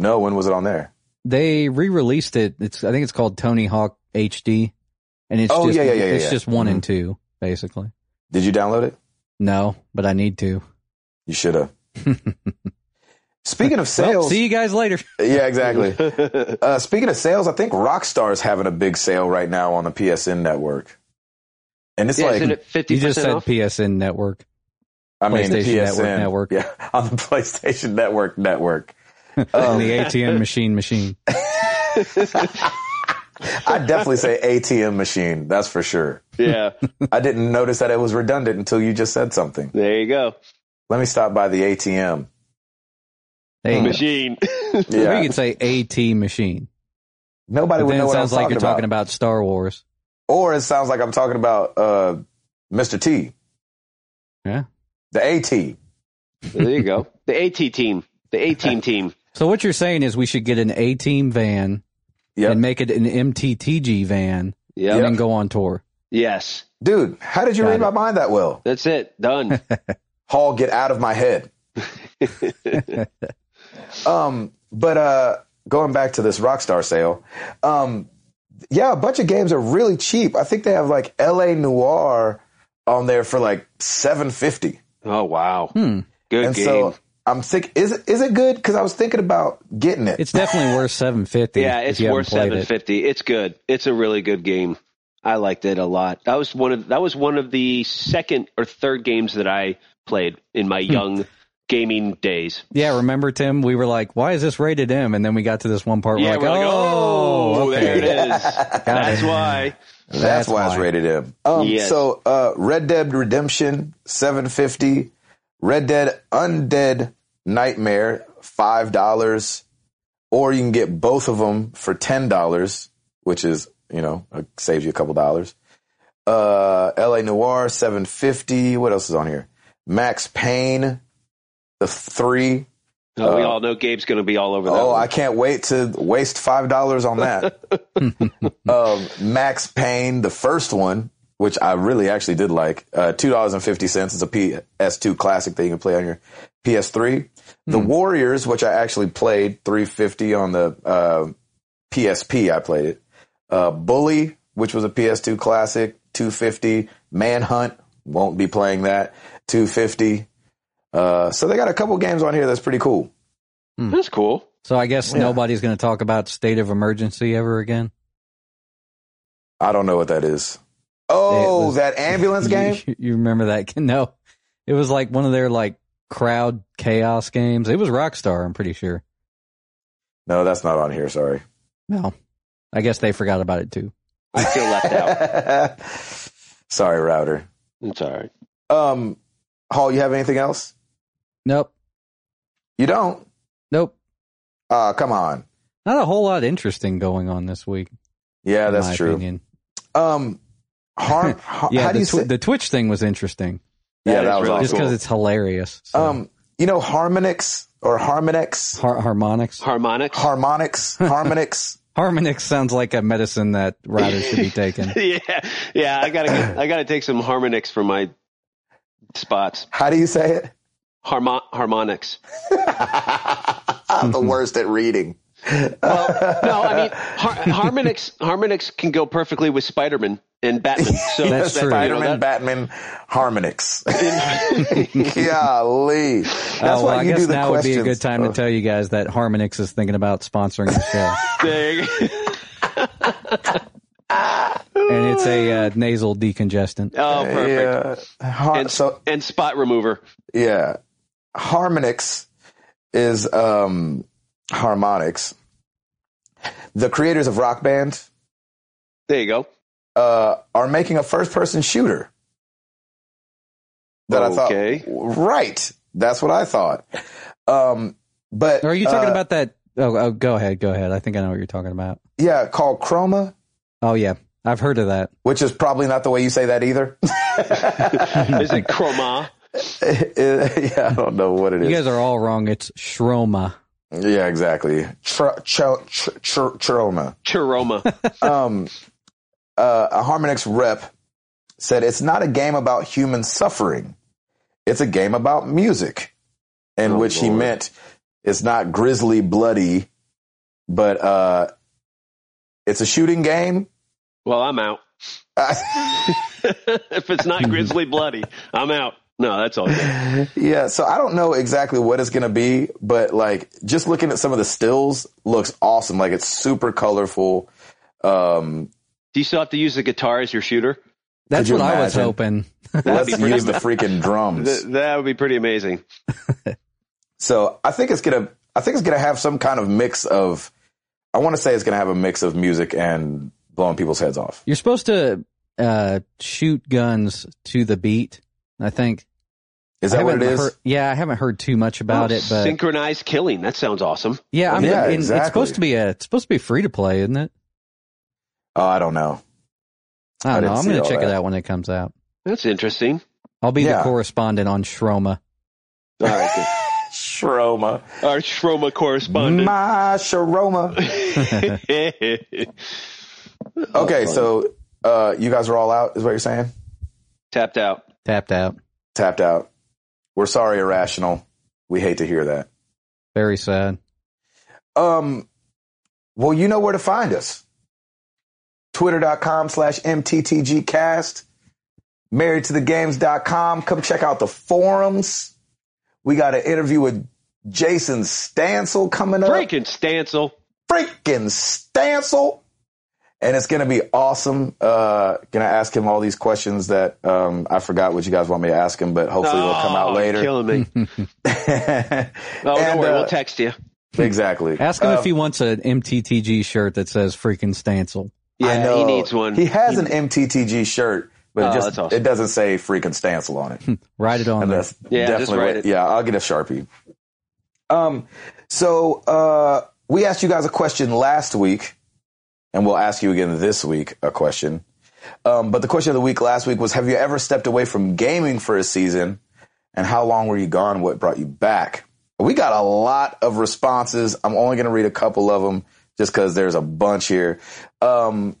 Speaker 1: no, when was it on there?
Speaker 2: they re-released it. It's I think it's called Tony Hawk HD, and it's
Speaker 1: Oh,
Speaker 2: just
Speaker 1: yeah, yeah, yeah,
Speaker 2: it's
Speaker 1: yeah. Mm-hmm.
Speaker 2: just one and two basically.
Speaker 1: Did you download it?
Speaker 2: No, but I need to.
Speaker 1: You should have. Speaking of sales,
Speaker 2: Well, see you guys later.
Speaker 1: yeah, exactly. Uh, speaking of sales, I think Rockstar is having a big sale right now on the PSN network, and it's
Speaker 3: yeah,
Speaker 1: like
Speaker 3: isn't it fifty
Speaker 2: You just
Speaker 3: percent
Speaker 2: said
Speaker 3: off?
Speaker 2: PSN Network.
Speaker 1: I mean, the
Speaker 2: PlayStation
Speaker 1: PSN
Speaker 2: Network network.
Speaker 1: Yeah, on the PlayStation Network Um, network.
Speaker 2: on the ATM machine machine.
Speaker 1: I definitely say ATM machine. That's for sure.
Speaker 3: yeah,
Speaker 1: I didn't notice that it was redundant until you just said something.
Speaker 3: there you go.
Speaker 1: Let me stop by the ATM.
Speaker 2: Hey,
Speaker 3: Machine.
Speaker 2: we
Speaker 1: Yeah.
Speaker 2: could say AT machine.
Speaker 1: Nobody
Speaker 2: But
Speaker 1: would
Speaker 2: then
Speaker 1: know
Speaker 2: it
Speaker 1: what
Speaker 2: sounds
Speaker 1: I'm
Speaker 2: like
Speaker 1: talking
Speaker 2: you're
Speaker 1: about.
Speaker 2: talking about Star Wars.
Speaker 1: Or it sounds like I'm talking about uh, Mr. T.
Speaker 2: Yeah.
Speaker 1: The AT.
Speaker 3: there you go. The AT team. The A team team.
Speaker 2: So what you're saying is we should get an A team van
Speaker 1: Yep.
Speaker 2: and make it an MTTG van
Speaker 3: Yep.
Speaker 2: and then go on tour.
Speaker 3: Yes.
Speaker 1: Dude, how did you
Speaker 2: Got
Speaker 1: read
Speaker 2: it.
Speaker 1: my mind that well?
Speaker 3: That's it. Done.
Speaker 1: Hall, get out of my head. um, but uh, going back to this Rockstar sale, um, yeah, a bunch of games are really cheap. I think they have like L.A. Noir on there for like seven fifty,
Speaker 3: oh wow.
Speaker 2: Hmm.
Speaker 3: Good
Speaker 1: and
Speaker 3: game.
Speaker 1: so I'm think is it- is it good? Because I was thinking about getting it.
Speaker 2: It's definitely worth 750.
Speaker 3: yeah,
Speaker 2: if
Speaker 3: it's
Speaker 2: you haven't
Speaker 3: worth
Speaker 2: played
Speaker 3: seven
Speaker 2: it.
Speaker 3: fifty. It's good. It's a really good game. I liked it a lot. That was one of that was one of the second or third games that I played in
Speaker 2: Hmm.
Speaker 3: my young gaming days.
Speaker 2: Yeah, remember Tim? We were like, "Why is this rated M?" And then we got to this one part.
Speaker 3: yeah,
Speaker 2: we're like, "Oh, okay.
Speaker 3: there it is. That's why.
Speaker 1: That's, why, it's
Speaker 2: why.
Speaker 1: rated M. Um,
Speaker 3: Yes.
Speaker 1: So, uh, Red Dead Redemption, 750 Red Dead Undead Nightmare, $5. Or you can get both of them for $10, which is, you know, uh, saves you a couple dollars. Uh, LA Noir, 750 What else is on here? Max Payne, the three.
Speaker 3: Oh, we
Speaker 1: Uh,
Speaker 3: all know Gabe's going to be all over that.
Speaker 1: Oh,
Speaker 3: one.
Speaker 1: I can't wait to waste five dollars on that. um, Max Payne, the first one, which I really actually did like, uh, two dollars and fifty cents. It's a PS2 classic that you can play on your PS3. The Warriors, which I actually played, three fifty on the uh, PSP. I played it. Uh, Bully, which was a PS2 classic, two fifty. Manhunt, won't be playing that, two fifty. Uh, so they got a couple games on here that's pretty cool.
Speaker 3: That's cool.
Speaker 2: So I guess
Speaker 1: Yeah.
Speaker 2: nobody's going to talk about state of emergency ever again.
Speaker 1: I don't know what that is. Oh,
Speaker 2: It was-
Speaker 1: that ambulance
Speaker 2: You-
Speaker 1: game?
Speaker 2: You, remember that? No, it was like one of their like crowd chaos games. It was Rockstar, I'm pretty sure.
Speaker 1: No, that's not on here. Sorry.
Speaker 2: No, I guess they forgot about it too.
Speaker 3: I feel left out.
Speaker 1: sorry, router.
Speaker 3: It's all right.
Speaker 1: Um, Hall, you have anything else?
Speaker 2: Nope,
Speaker 1: You don't?
Speaker 2: nope.
Speaker 1: Ah, come on.
Speaker 2: Not a whole lot interesting going on this week.
Speaker 1: Yeah,
Speaker 2: in
Speaker 1: that's
Speaker 2: my
Speaker 1: true.
Speaker 2: Opinion.
Speaker 1: Um, harm. har-
Speaker 2: Yeah,
Speaker 1: how do
Speaker 2: the,
Speaker 1: you
Speaker 2: twi-
Speaker 1: say?
Speaker 2: the Twitch thing was interesting
Speaker 1: yeah,
Speaker 3: That
Speaker 1: that
Speaker 3: is
Speaker 1: was
Speaker 3: really
Speaker 2: just
Speaker 1: awesome.
Speaker 2: because
Speaker 3: Oh, cool.
Speaker 2: it's hilarious. So,
Speaker 1: Um, you know, harmonix or harmonix,
Speaker 2: har- harmonics.
Speaker 3: Harmonics.
Speaker 1: harmonics, harmonix.
Speaker 2: Harmonix sounds like a medicine that riders should be taking. Uh,
Speaker 3: yeah, yeah. I gotta get, I gotta take some harmonics for my spots.
Speaker 1: How do you say it?
Speaker 3: Harmo- harmonics.
Speaker 1: I'm the worst at reading.
Speaker 3: Well, no, I mean har- harmonics. Harmonics can go perfectly with Spider-Man and Batman. So
Speaker 2: That's
Speaker 3: that-
Speaker 2: true.
Speaker 3: you
Speaker 1: Spider-Man,
Speaker 3: know, that-
Speaker 1: Batman, harmonix. Golly. That's
Speaker 2: oh, well,
Speaker 1: why
Speaker 2: I
Speaker 1: you
Speaker 2: guess
Speaker 1: do the
Speaker 2: now
Speaker 1: questions.
Speaker 2: would be a good time to tell you guys that Harmonix is thinking about sponsoring the show,
Speaker 3: there you
Speaker 2: and it's a uh, nasal decongestant.
Speaker 3: go. Oh, perfect.
Speaker 1: Yeah. Har-
Speaker 3: And
Speaker 1: so
Speaker 3: and spot remover.
Speaker 1: yeah, harmonix is um harmonics. The creators of Rock Band
Speaker 3: There you go.
Speaker 1: uh, are making a first-person shooter. That
Speaker 3: Okay.
Speaker 1: I thought, right? That's what I thought. Um, but
Speaker 2: Are you talking
Speaker 1: uh,
Speaker 2: about that? Oh, oh, go ahead, go ahead. I think I know what you're talking about.
Speaker 1: yeah, called Chroma,
Speaker 2: Oh yeah, I've heard of that.
Speaker 1: which is probably not the way you say that either.
Speaker 3: Is it Chroma?
Speaker 1: yeah, I don't know what it is.
Speaker 2: You guys are all wrong. It's Shroma.
Speaker 1: yeah, exactly. Tr- tr- tr- tr- trauma.
Speaker 3: Chiroma.
Speaker 1: Um, uh, a Harmonix rep said it's not a game about human suffering. It's a game about music, in
Speaker 3: Oh,
Speaker 1: which he
Speaker 3: Lord.
Speaker 1: meant it's not grisly, bloody, but uh, it's a shooting game.
Speaker 3: Well, I'm out. if it's not grizzly bloody, I'm out. No, that's all. Good.
Speaker 1: Yeah, so I don't know exactly what it's gonna be, but like just looking at some of the stills looks awesome. Like it's super colorful. Um,
Speaker 3: Do you still have to use the guitar as your shooter?
Speaker 2: That's
Speaker 1: you
Speaker 2: what I was
Speaker 1: imagine?
Speaker 2: hoping.
Speaker 3: That'd
Speaker 1: let's
Speaker 3: be pretty
Speaker 1: use the freaking drums.
Speaker 3: Th- that would be pretty amazing.
Speaker 1: So I think it's gonna I think it's gonna have some kind of mix of I want to say it's going to have a mix of music and blowing people's heads off.
Speaker 2: You're supposed to uh, shoot guns to the beat. I think
Speaker 1: Is
Speaker 2: I
Speaker 1: that what it
Speaker 2: haven't
Speaker 1: is?
Speaker 2: heard- yeah, I haven't heard too much about
Speaker 3: Oh,
Speaker 2: it, but
Speaker 3: synchronized killing. That sounds awesome.
Speaker 2: yeah, I mean,
Speaker 1: Yeah,
Speaker 2: and
Speaker 1: exactly.
Speaker 2: it's supposed to be a it's supposed to be free to play, isn't it?
Speaker 1: Oh, I don't know. I
Speaker 2: I don't know.
Speaker 1: didn't
Speaker 2: I'm
Speaker 1: see
Speaker 2: going
Speaker 1: all
Speaker 2: to check it
Speaker 1: that.
Speaker 2: out when it comes out.
Speaker 3: That's interesting.
Speaker 2: I'll be
Speaker 1: Yeah.
Speaker 2: the correspondent on Shroma.
Speaker 3: All right, good.
Speaker 1: Shroma.
Speaker 3: our Shroma correspondent.
Speaker 1: My Shroma. Okay, so uh, you guys are all out, is what you're saying?
Speaker 3: tapped out.
Speaker 2: Tapped out.
Speaker 1: Tapped out. We're sorry, irrational. We hate to hear that.
Speaker 2: Very sad.
Speaker 1: Um, well, you know where to find us. Twitter.com slash MTTGcast. Married to the games.com. Come check out the forums. We got an interview with Jason Stansel coming up.
Speaker 3: Frank and Stancil.
Speaker 1: freaking Stancil. And it's going to be awesome. Uh, going to ask him all these questions that um, I forgot what you guys want me to ask him, but hopefully they'll come
Speaker 3: Oh,
Speaker 1: out
Speaker 3: you're
Speaker 1: later.
Speaker 3: Killing me. Oh,
Speaker 1: And,
Speaker 3: don't worry.
Speaker 1: uh,
Speaker 3: we'll text you.
Speaker 1: exactly.
Speaker 2: Ask him
Speaker 1: Uh,
Speaker 2: if he wants an MTTG shirt that says freaking Stancil.
Speaker 1: I
Speaker 3: Yeah, he
Speaker 1: know.
Speaker 3: needs one.
Speaker 1: He has an MTTG shirt, but
Speaker 3: Oh,
Speaker 1: it just
Speaker 3: that's awesome.
Speaker 1: it doesn't say freaking Stancil on it.
Speaker 2: Write it on
Speaker 1: And
Speaker 2: there.
Speaker 1: that's
Speaker 3: Yeah, just
Speaker 1: definitely
Speaker 3: write
Speaker 1: what-
Speaker 3: it.
Speaker 1: yeah, I'll get a sharpie. Um, so uh, we asked you guys a question last week, and we'll ask you again this week a question. Um, but the question of the week last week was: Have you ever stepped away from gaming for a season, and how long were you gone? What brought you back? We got a lot of responses. I'm only going to read a couple of them just because there's a bunch here. Um,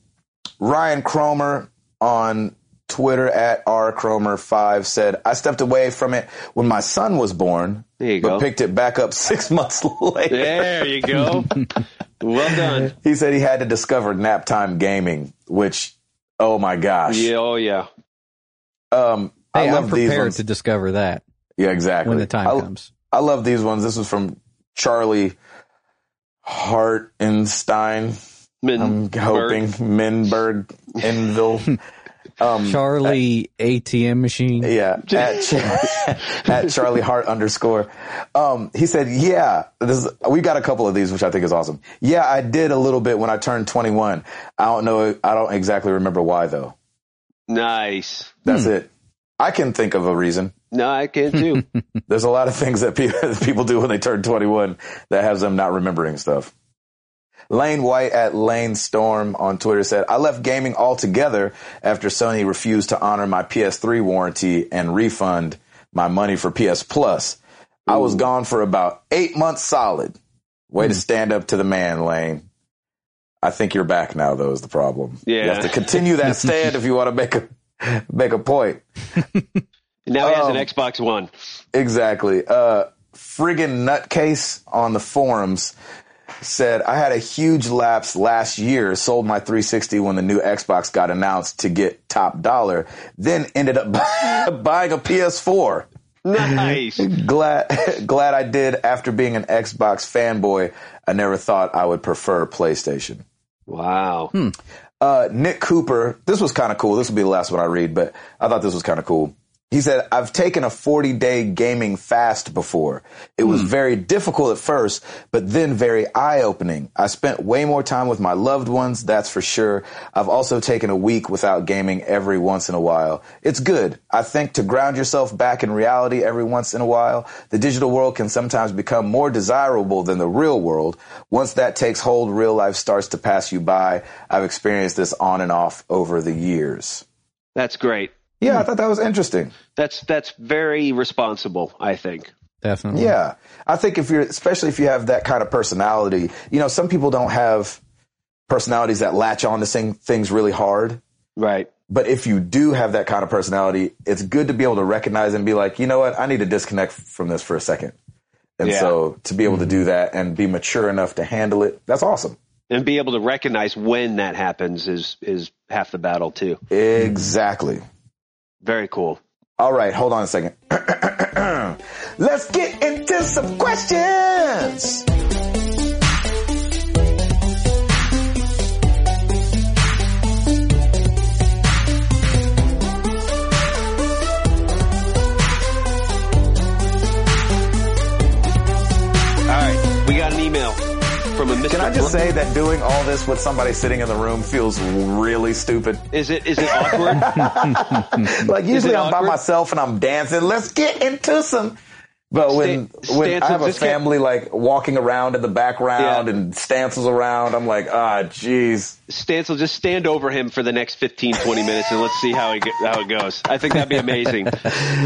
Speaker 1: Ryan Cromer on Twitter at rcromer5 said, I stepped away from it when my son was born,
Speaker 3: There you
Speaker 1: but
Speaker 3: go.
Speaker 1: picked it back up six months later.
Speaker 3: There you go. well done.
Speaker 1: He said he had to discover nap time gaming, which, oh my gosh.
Speaker 3: Yeah, oh yeah.
Speaker 1: Um,
Speaker 2: Hey,
Speaker 1: I love
Speaker 2: I'm
Speaker 1: these
Speaker 2: prepared
Speaker 1: ones.
Speaker 2: to discover that
Speaker 1: yeah, exactly.
Speaker 2: when the time
Speaker 1: I,
Speaker 2: comes.
Speaker 1: I love these ones. This was from Charlie Hartenstein.
Speaker 3: Min-
Speaker 1: I'm hoping Minberg Enville. Um,
Speaker 2: Charlie ATM machine.
Speaker 1: Yeah, at, Ch- at Charlie Hart underscore. Um, he said, "Yeah, this is, we got a couple of these, which I think is awesome. Yeah, I did a little bit when I turned 21. I don't know, I don't exactly remember why though.
Speaker 3: Nice.
Speaker 1: That's it. I can think of a reason.
Speaker 3: No, I can too.
Speaker 1: There's a lot of things that pe- people do when they turn 21 that has them not remembering stuff. Lane White at Lane Storm on Twitter said, I left gaming altogether after Sony refused to honor my PS3 warranty and refund my money for PS Plus. I was gone for about eight months solid. Way to stand up to the man, Lane. I think you're back now, though, is the problem. You
Speaker 3: Yeah.
Speaker 1: have to continue that stand if you want to make a, make a point.
Speaker 3: now he has an
Speaker 1: Um,
Speaker 3: Xbox One.
Speaker 1: Exactly. Uh, friggin' nutcase on the forums said, I had a huge lapse last year, sold my 360 when the new Xbox got announced to get top dollar, then ended up buying a PS4.
Speaker 3: Nice.
Speaker 1: Glad, glad I did after being an Xbox fanboy. I never thought I would prefer PlayStation.
Speaker 3: wow.
Speaker 1: Uh, Nick Cooper, this was kind of cool. This will be the last one I read, but I thought this was kind of cool. He said, I've taken a 40 day gaming fast before. It was very difficult at first, but then very eye opening. I spent way more time with my loved ones, that's for sure. I've also taken a week without gaming every once in a while. It's good. I think to ground yourself back in reality every once in a while, the digital world can sometimes become more desirable than the real world. Once that takes hold, real life starts to pass you by. I've experienced this on and off over the years.
Speaker 3: That's great.
Speaker 1: Yeah, I thought that was interesting.
Speaker 3: That's that's very responsible, I think.
Speaker 2: Definitely.
Speaker 1: Yeah. I think if you're, especially if you have that kind of personality, you know, some people don't have personalities that latch on to sing things really hard.
Speaker 3: Right.
Speaker 1: But if you do have that kind of personality, it's good to be able to recognize and be like, you know what? I need to disconnect from this for a second. And
Speaker 3: Yeah.
Speaker 1: so to be able to do that and be mature enough to handle it, that's awesome.
Speaker 3: And be able to recognize when that happens is is half the battle too.
Speaker 1: Exactly.
Speaker 3: Very cool.
Speaker 1: All right, hold on a second. Let's get into some questions.
Speaker 3: All right. We got an email from a Mr.
Speaker 1: Can I just say that doing all this with somebody sitting in the room feels really stupid?
Speaker 3: Is it is it awkward?
Speaker 1: like usually I'm by
Speaker 3: awkward?
Speaker 1: myself and I'm dancing. Let's get into some. But when
Speaker 3: Stan-
Speaker 1: when I
Speaker 3: stances
Speaker 1: have a
Speaker 3: just get-
Speaker 1: family like walking around in the background
Speaker 3: Yeah.
Speaker 1: and stances around, I'm like, ah, jeez.
Speaker 3: Stancil, just stand over him for the next 15, 20 minutes, and let's see how it how it goes. I think that'd be amazing.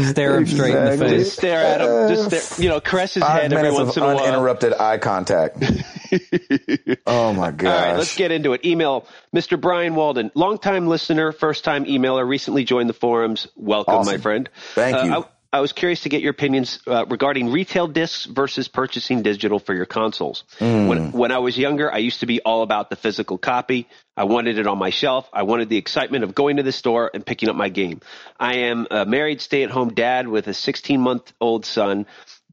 Speaker 2: Stare him straight in the
Speaker 1: Exactly.
Speaker 2: face.
Speaker 3: Just stare at him. Just stare, you know, caress his
Speaker 1: Five
Speaker 3: head every
Speaker 1: minutes
Speaker 3: once
Speaker 1: of
Speaker 3: in a while.
Speaker 1: uninterrupted eye contact. oh my gosh.
Speaker 3: All right, let's get into it. Email Mr. Brian Walden, longtime listener, first time emailer, recently joined the forums. Welcome,
Speaker 1: Awesome.
Speaker 3: my friend.
Speaker 1: Thank
Speaker 3: Uh,
Speaker 1: you.
Speaker 3: I, I was curious to get your opinions uh, regarding retail discs versus purchasing digital for your consoles.
Speaker 1: Hmm.
Speaker 3: When, when I was younger, I used to be all about the physical copy. I wanted it on my shelf. I wanted the excitement of going to the store and picking up my game. I am a married stay at home dad with a 16 month old son.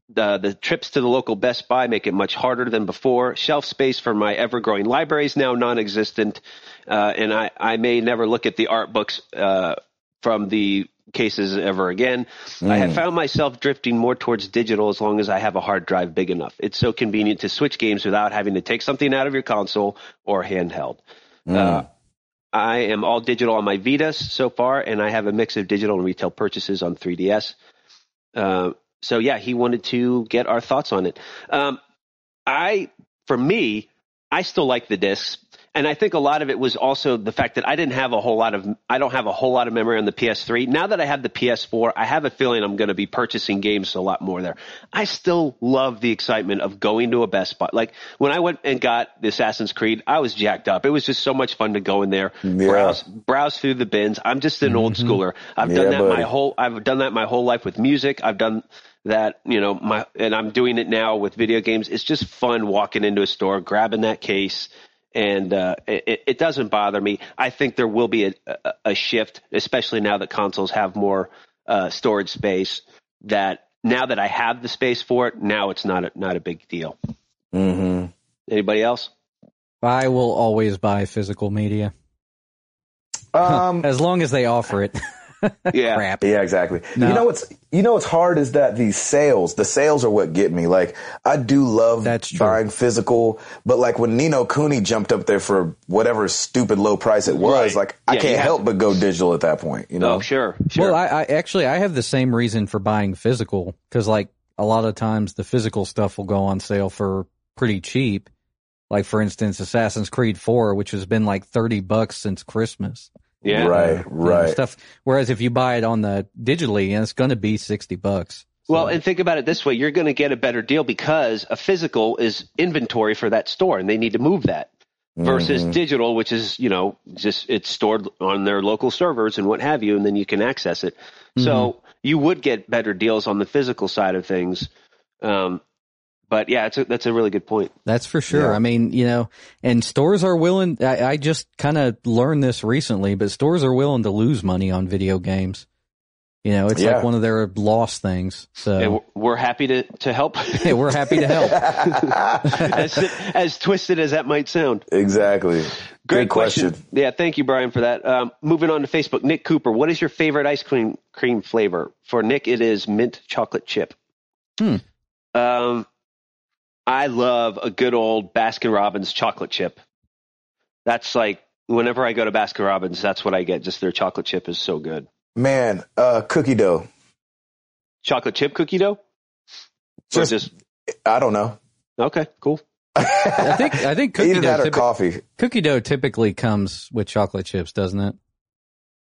Speaker 3: The, the trips to the local Best Buy make it much harder than before. Shelf space for my ever growing library is now non existent, uh, and I, I may never look at the art books uh, from the cases ever again. I have found myself drifting more towards digital as long as I have a hard drive big enough. It's so convenient to switch games without having to take something out of your console or handheld. Uh, I am all digital on my Vita so far, and I have a mix of digital and retail purchases on 3DS. Uh, so yeah, he wanted to get our thoughts on it. Um, I, for me, I still like the discs, and I think a lot of it was also the fact that I didn't have a whole lot of, I don't have a whole lot of memory on the PS3. Now that I have the PS4, I have a feeling I'm going to be purchasing games a lot more there. I still love the excitement of going to a Best Buy. Like when I went and got the Assassin's Creed, I was jacked up. It was just so much fun to go in there, browse, browse through the bins. I'm just an old schooler. I've done
Speaker 1: Yeah,
Speaker 3: that
Speaker 1: buddy.
Speaker 3: my whole I've done that my whole life with music. I've done that, you know, my and I'm doing it now with video games. It's just fun walking into a store, grabbing that case, and uh, it, it doesn't bother me. I think there will be a, a, a shift, especially now that consoles have more uh, storage space. That now that I have the space for it, now it's not a, not a big deal.
Speaker 1: hmm
Speaker 3: Anybody else?
Speaker 2: I will always buy physical media
Speaker 1: Um,
Speaker 2: as long as they offer it.
Speaker 3: Yeah,
Speaker 2: Crap.
Speaker 1: Yeah, exactly. You know what's you know what's hard is that the sales, the sales are what get me. Like I do love
Speaker 2: That's true.
Speaker 1: buying physical, but like when Nino Cooney jumped up there for whatever stupid low price it was,
Speaker 3: Right.
Speaker 1: like I
Speaker 3: Yeah, you
Speaker 1: can't
Speaker 3: have
Speaker 1: help
Speaker 3: to-
Speaker 1: but go digital at that point. You know,
Speaker 3: Oh, sure, sure.
Speaker 2: Well, I, I actually I have the same reason for buying physical because like a lot of times the physical stuff will go on sale for pretty cheap. Like for instance, Assassin's Creed Four, which has been like thirty bucks since Christmas.
Speaker 3: yeah,
Speaker 1: right,
Speaker 2: You know,
Speaker 1: right.
Speaker 2: stuff. Whereas if you buy it on the digitally, and it's going to be sixty bucks.
Speaker 3: Well, and think about it this way: you're going to get a better deal because a physical is inventory for that store, and they need to move that. Versus digital, which is you know just it's stored on their local servers and what have you, and then you can access it. So you would get better deals on the physical side of things. Um, but yeah, it's a, that's a really good point.
Speaker 2: That's for sure.
Speaker 1: Yeah.
Speaker 2: I mean, you know, and stores are willing. I, I just kind of learned this recently, but stores are willing to lose money on video games. You know, it's
Speaker 1: Yeah.
Speaker 2: like one of their lost things.
Speaker 3: And
Speaker 2: So
Speaker 3: we're- we're happy to to help,
Speaker 2: hey, we're happy to help.
Speaker 3: as, as twisted as that might sound.
Speaker 1: Exactly.
Speaker 3: Great question. Yeah, thank you, Brian, for that. Um, moving on to Facebook, Nick Cooper, what is your favorite ice cream cream flavor? For Nick, it is mint chocolate chip.
Speaker 2: Hmm.
Speaker 3: Um, I love a good old Baskin Robbins chocolate chip. That's like whenever I go to Baskin Robbins, that's what I get. Just their chocolate chip is so good.
Speaker 1: Man, uh, cookie dough.
Speaker 3: Chocolate chip cookie dough. Or
Speaker 1: Just, I don't know.
Speaker 3: okay, cool.
Speaker 2: I think I think cookie
Speaker 1: Either
Speaker 2: dough
Speaker 1: that or
Speaker 2: typi-
Speaker 1: coffee.
Speaker 2: cookie dough typically comes with chocolate chips, doesn't it?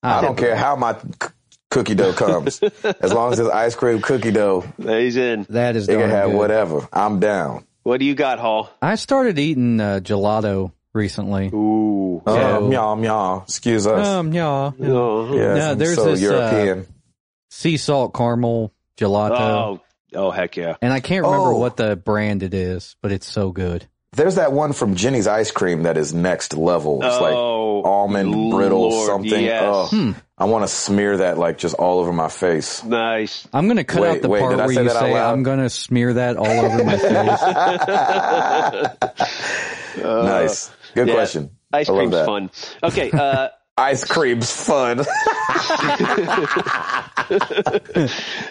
Speaker 2: Ah.
Speaker 1: I don't care how my c- cookie dough comes, as long as it's ice cream cookie dough.
Speaker 3: He's in.
Speaker 2: That is
Speaker 1: They can
Speaker 2: darn
Speaker 1: have
Speaker 2: good.
Speaker 1: whatever. I'm down.
Speaker 3: What do you got, Hall?
Speaker 2: I started eating uh, gelato recently.
Speaker 3: Ooh.
Speaker 1: Uh,
Speaker 2: Yeah.
Speaker 1: meow meow. Excuse us.
Speaker 2: Um, yeah,
Speaker 3: Oh.
Speaker 1: yes,
Speaker 2: no,
Speaker 1: I'm
Speaker 2: there's
Speaker 1: so
Speaker 2: this, uh,
Speaker 1: European.
Speaker 2: sea salt caramel gelato,
Speaker 3: oh. Oh, heck yeah.
Speaker 2: and I can't remember
Speaker 1: Oh.
Speaker 2: what the brand it is, but it's so good.
Speaker 1: there's that one from Jenny's ice cream that is next level. It's
Speaker 3: Oh,
Speaker 1: like almond brittle
Speaker 3: Lord,
Speaker 1: something.
Speaker 3: yes. Hmm.
Speaker 1: Oh,
Speaker 2: Hmm.
Speaker 1: I want to smear that like just all over my face.
Speaker 3: Nice.
Speaker 2: I'm gonna cut
Speaker 1: Wait,
Speaker 2: out the
Speaker 1: wait,
Speaker 2: part
Speaker 1: did I
Speaker 2: where
Speaker 1: say
Speaker 2: you
Speaker 1: that out
Speaker 2: say
Speaker 1: loud?
Speaker 2: I'm gonna smear that all over my face.
Speaker 1: nice. Good
Speaker 3: Yeah.
Speaker 1: question.
Speaker 3: Ice
Speaker 1: I love that.
Speaker 3: Uh, cream's fun. Okay, uh,
Speaker 1: Ice cream's fun.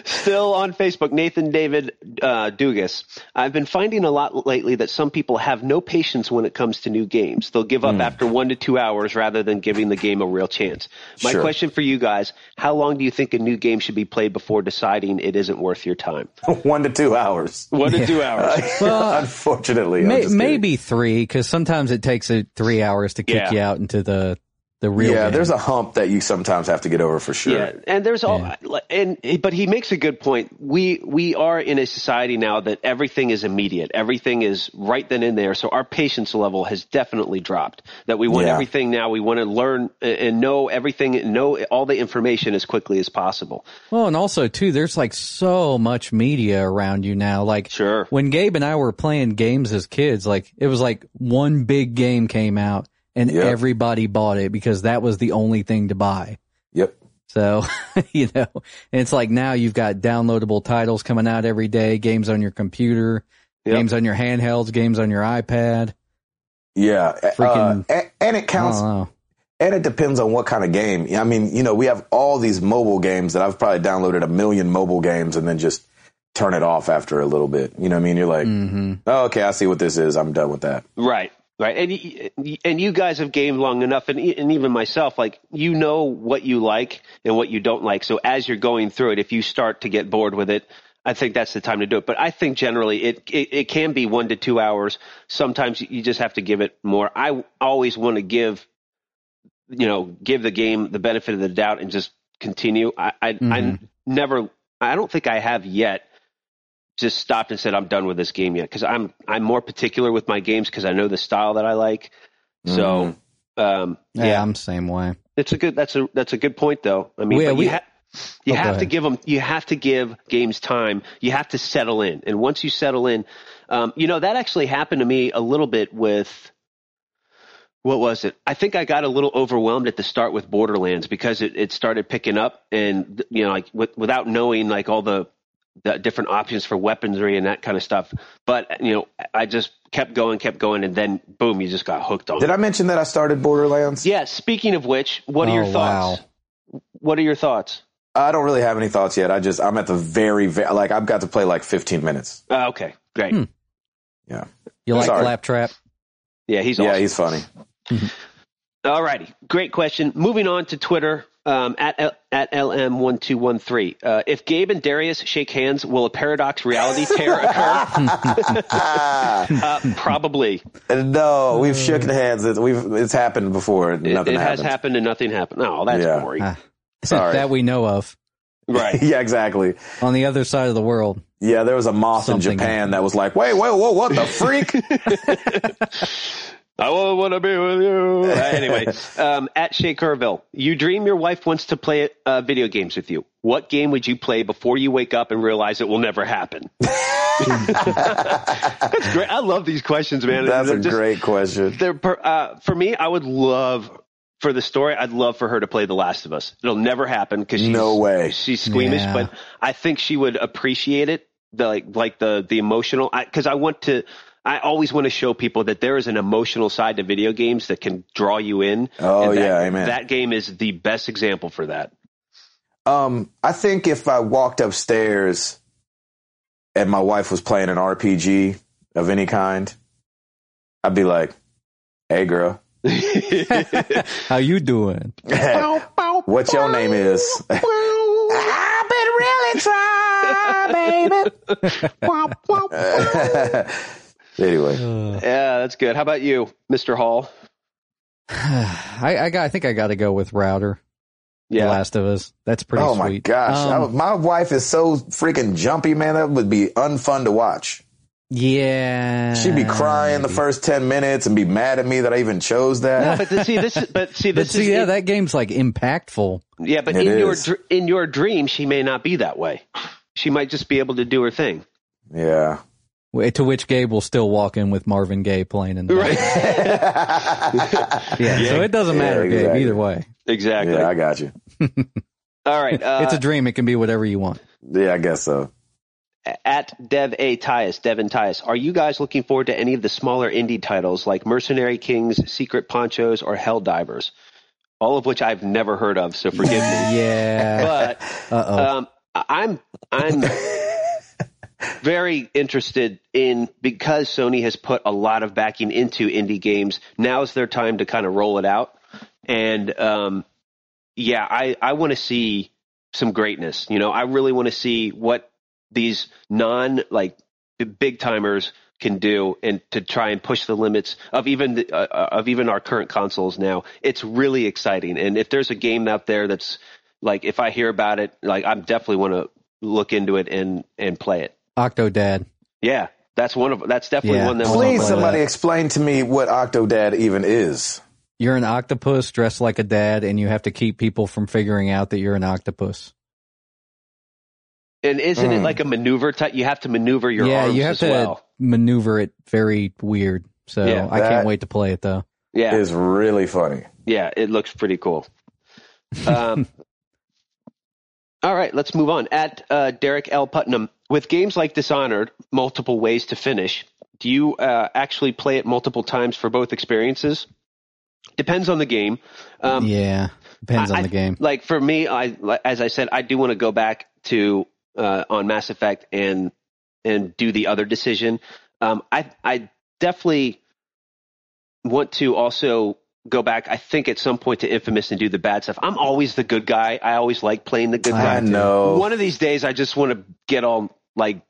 Speaker 3: Still on Facebook, Nathan David uh, Dugas. I've been finding a lot lately that some people have no patience when it comes to new games. They'll give up
Speaker 1: Hmm.
Speaker 3: after one to two hours rather than giving the game a real chance. My
Speaker 1: Sure.
Speaker 3: question for you guys how long do you think a new game should be played before deciding it isn't worth your time?
Speaker 1: One to two hours.
Speaker 3: One to two hours.
Speaker 1: Unfortunately. I'm
Speaker 2: Uh, May,
Speaker 1: just kidding.
Speaker 2: maybe three, because sometimes it takes it three hours to kick
Speaker 3: Yeah.
Speaker 2: you out into the the real.
Speaker 1: Yeah,
Speaker 2: game.
Speaker 1: there's a hump that you sometimes have to get over for sure.
Speaker 3: Yeah, and there's all, and but he makes a good point. We we are in a society now that everything is immediate, everything is right then and there. So our patience level has definitely dropped. That we want
Speaker 1: Yeah.
Speaker 3: everything now. We want to learn a- and know everything, know all the information as quickly as possible.
Speaker 2: Well, and also too, there's like so much media around you now. Like,
Speaker 3: Sure.
Speaker 2: When Gabe and I were playing games as kids, like it was like one big game came out and
Speaker 1: Yep.
Speaker 2: everybody bought it because that was the only thing to buy.
Speaker 1: Yep.
Speaker 2: So, you know, and it's like now you've got downloadable titles coming out every day, games on your computer,
Speaker 3: Yep.
Speaker 2: games on your handhelds, games on your iPad.
Speaker 1: Yeah. Uh,
Speaker 2: Freaking-
Speaker 1: and, and it
Speaker 2: I
Speaker 1: counts
Speaker 2: don't know.
Speaker 1: And it depends on what kind of game. I mean, you know, we have all these mobile games that I've probably downloaded a million mobile games and then just turn it off after a little bit. You know what I mean? You're like,
Speaker 3: Mm.
Speaker 2: Mm-hmm.
Speaker 1: oh, okay, I see what this is. I'm done with that.
Speaker 3: Right. Right. And y- y- and you guys have gamed long enough and e- and even myself like you know what you like and what you don't like. So as you're going through it if you start to get bored with it, I think that's the time to do it. But I think generally it it, it can be 1 to 2 hours. Sometimes you just have to give it more. I w- always want to give you know, give the game the benefit of the doubt and just continue. I I, I never I don't think I have yet just stopped and said, "I'm done with this game yet," because I'm I'm more particular with my games because I know the style that I like. So, um,
Speaker 2: Yeah,
Speaker 3: yeah.
Speaker 2: I'm the same way.
Speaker 3: it's a good that's a that's a good point though. I mean,
Speaker 2: Yeah,
Speaker 3: but
Speaker 2: we-
Speaker 3: you, ha- you
Speaker 2: Oh, go
Speaker 3: have to
Speaker 2: ahead.
Speaker 3: give them you have to give games time. You have to settle in, and once you settle in, um, you know that actually happened to me a little bit with what was it? I think I got a little overwhelmed at the start with Borderlands because it, it started picking up, and you know, like with, without knowing like all the the different options for weaponry and that kind of stuff. But you know, I just kept going, kept going, and then boom, you just got hooked on.
Speaker 1: Did
Speaker 3: it.
Speaker 1: I mention that I started Borderlands?
Speaker 3: Yeah. Speaking of which, what are your
Speaker 2: Oh,
Speaker 3: thoughts?
Speaker 2: wow.
Speaker 3: What are your thoughts?
Speaker 1: I don't really have any thoughts yet. I just, I'm at the very, very, like, I've got to play like 15 minutes.
Speaker 3: Uh, okay, great.
Speaker 2: Hmm.
Speaker 1: Yeah.
Speaker 2: You like
Speaker 1: Sorry.
Speaker 2: Claptrap?
Speaker 3: Yeah, he's
Speaker 1: yeah,
Speaker 3: awesome.
Speaker 1: he's funny.
Speaker 3: All righty, great question. Moving on to Twitter um, at L- at lm one two one three. Uh, If Gabe and Darius shake hands, will a paradox reality tear occur?
Speaker 1: Ah,
Speaker 3: uh, probably.
Speaker 1: no, we've shook hands. It, we've, it's happened before.
Speaker 3: It,
Speaker 1: Nothing
Speaker 3: it has
Speaker 1: happened.
Speaker 3: happened and nothing happened. Oh, that's
Speaker 1: Yeah.
Speaker 3: boring.
Speaker 2: Ah.
Speaker 1: Sorry.
Speaker 2: that we know of
Speaker 3: Right.
Speaker 1: yeah, exactly.
Speaker 2: on the other side of the world.
Speaker 1: Yeah, there was a moth in
Speaker 2: Something.
Speaker 1: Japan that was like, wait, wait, whoa, what the freak?
Speaker 3: I want to be with you. Uh, anyway, um, at Shea Kerrville, you dream your wife wants to play uh, video games with you. What game would you play before you wake up and realize it will never happen? That's great. I love these questions, man.
Speaker 1: That's a
Speaker 3: They're just-
Speaker 1: great question.
Speaker 3: They're per, uh, for me. I would love for the story. I'd love for her to play The Last of Us. It'll never happen because she's
Speaker 1: No way.
Speaker 3: she's squeamish.
Speaker 2: Yeah.
Speaker 3: But I think she would appreciate it. The like like the the emotional because I, want to. I always want to show people that there is an emotional side to video games that can draw you in.
Speaker 1: Oh,
Speaker 3: and that-
Speaker 1: yeah, amen.
Speaker 3: That game is the best example for that.
Speaker 1: Um, I think if I walked upstairs and my wife was playing an RPG of any kind, I'd be like, "Hey, girl,
Speaker 2: How you doing?
Speaker 1: what your name is?" anyway,
Speaker 3: Yeah, that's good. How about you, Mr. Hall?
Speaker 2: I, I got. I think I got to go with router. The
Speaker 3: Yeah,
Speaker 2: Last of Us. That's pretty.
Speaker 1: oh my
Speaker 2: sweet.
Speaker 1: gosh,
Speaker 2: Um,
Speaker 1: I- my wife is so freaking jumpy, man. That would be unfun to watch.
Speaker 2: yeah.
Speaker 1: She'd be crying the first ten minutes and be mad at me that I even chose that.
Speaker 3: but see this. is- But see
Speaker 2: But
Speaker 3: this. is
Speaker 2: see, yeah, that game's like impactful.
Speaker 3: Yeah, but
Speaker 1: It
Speaker 3: in your
Speaker 1: is.
Speaker 3: dr- in your dream, she may not be that way. She might just be able to do her thing.
Speaker 1: yeah.
Speaker 2: w- To which Gabe will still walk in with Marvin Gaye playing in the
Speaker 3: Right.
Speaker 2: Yeah, so it doesn't matter,
Speaker 1: Yeah,
Speaker 2: Gabe.
Speaker 1: exactly.
Speaker 2: Either way,
Speaker 3: exactly.
Speaker 1: Yeah, I got you.
Speaker 3: All right. Uh,
Speaker 2: it's a dream. It can be whatever you want.
Speaker 1: Yeah, I guess so.
Speaker 3: at Dev A Tyus, Devin Tyus. Are you guys looking forward to any of the smaller indie titles like Mercenary Kings, Secret Ponchos, or Helldivers? all of which I've never heard of. So forgive me.
Speaker 2: Yeah.
Speaker 3: But
Speaker 2: Uh oh.
Speaker 3: um, I- I'm I'm very interested in because Sony has put a lot of backing into indie games. Now's their time to kind of roll it out, and um, yeah, I I want to see some greatness. You know, I really want to see what these non like big timers can do and to try and push the limits of even the, uh, of even our current consoles now it's really exciting and if there's a game out there that's like if i hear about it like i'm definitely want to look into it and and play it
Speaker 2: Octodad.
Speaker 3: yeah that's one of that's definitely
Speaker 2: Yeah.
Speaker 3: one that was on
Speaker 2: Please,
Speaker 3: my-
Speaker 1: Please,
Speaker 2: play
Speaker 1: somebody
Speaker 2: that.
Speaker 1: explain to me what Octodad even is.
Speaker 2: You're an octopus dressed like a dad, and you have to keep people from figuring out that you're an octopus.
Speaker 3: and isn't it
Speaker 1: Mm.
Speaker 3: like a maneuver type you have to maneuver your
Speaker 2: yeah,
Speaker 3: arms
Speaker 2: you have
Speaker 3: as
Speaker 2: to
Speaker 3: well
Speaker 2: maneuver it very weird. So
Speaker 3: Yeah,
Speaker 2: I
Speaker 1: that-
Speaker 2: can't wait to play it though.
Speaker 3: yeah
Speaker 1: It's really funny.
Speaker 3: yeah, it looks pretty cool. Um, all right, let's move on. At uh, Derek L. Putnam, with games like Dishonored, multiple ways to finish, do you uh, actually play it multiple times for both experiences? Depends on the game. Um,
Speaker 2: yeah, depends
Speaker 3: I-
Speaker 2: on the
Speaker 3: I-
Speaker 2: game.
Speaker 3: Like for me, I like- as I said, I do want to go back to uh, on Mass Effect and and do the other decision. Um, I I definitely want to also go back. I think at some point to Infamous and do the bad stuff. I'm always the good guy. I always like playing the good
Speaker 2: I
Speaker 1: I
Speaker 3: guy.
Speaker 1: know.
Speaker 3: One of these days, I just want to get all like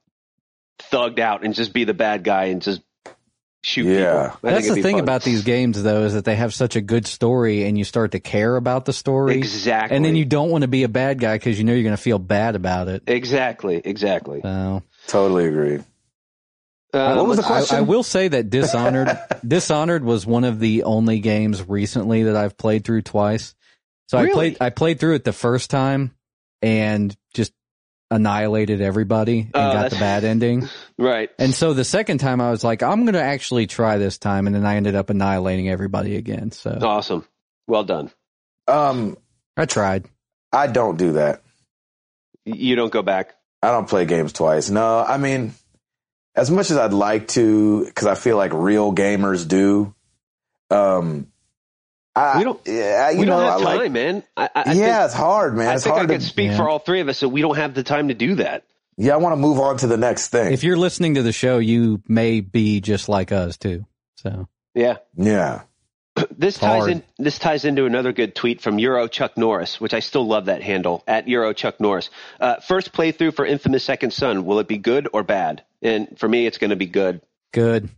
Speaker 3: thugged out and just be the bad guy and just shoot
Speaker 1: Yeah.
Speaker 3: people. I think
Speaker 2: That's
Speaker 3: it'd
Speaker 2: the
Speaker 3: be
Speaker 2: thing
Speaker 3: fun.
Speaker 2: about these games though is that they have such a good story, and you start to care about the story,
Speaker 3: exactly.
Speaker 2: and then you don't want to be a bad guy because you know you're going to feel bad about it.
Speaker 3: exactly exactly.
Speaker 2: So
Speaker 1: Totally agree.
Speaker 3: Uh,
Speaker 1: What was the
Speaker 3: let's-
Speaker 2: Um, I,
Speaker 1: question?
Speaker 2: I will say that Dishonored Dishonored was one of the only games recently that I've played through twice. So I
Speaker 3: Really?
Speaker 2: played I played through it the first time and just annihilated everybody and
Speaker 3: Oh,
Speaker 2: got
Speaker 3: that's-
Speaker 2: the bad ending.
Speaker 3: Right.
Speaker 2: And so the second time I was like, I'm gonna actually try this time, and then I ended up annihilating everybody again. So
Speaker 3: Awesome. Well done.
Speaker 1: Um,
Speaker 2: I tried.
Speaker 1: I don't do that.
Speaker 3: Y- You don't go back.
Speaker 1: I don't play games twice. No, I mean, as much as I'd like to, because I feel like real gamers do. Um, I
Speaker 3: We don't-
Speaker 1: Yeah, you
Speaker 3: we
Speaker 1: know,
Speaker 3: don't have
Speaker 1: I
Speaker 3: time,
Speaker 1: like.
Speaker 3: man. I, I, I
Speaker 1: yeah,
Speaker 3: think,
Speaker 1: it's hard, man.
Speaker 3: I,
Speaker 1: It's
Speaker 3: think I
Speaker 1: hard
Speaker 3: could
Speaker 1: to.
Speaker 3: speak
Speaker 2: Yeah.
Speaker 3: for all three of us that we don't have the time to do that.
Speaker 1: Yeah, I want to move on to the next thing.
Speaker 2: If you're listening to the show, you may be just like us too. So
Speaker 3: Yeah.
Speaker 1: yeah.
Speaker 3: This ties
Speaker 2: hard.
Speaker 3: in. This ties into another good tweet from Euro Chuck Norris, which I still love that handle at Euro Chuck Norris. Uh, first playthrough for Infamous Second Son. Will it be good or bad? And for me, it's going to be good.
Speaker 2: good.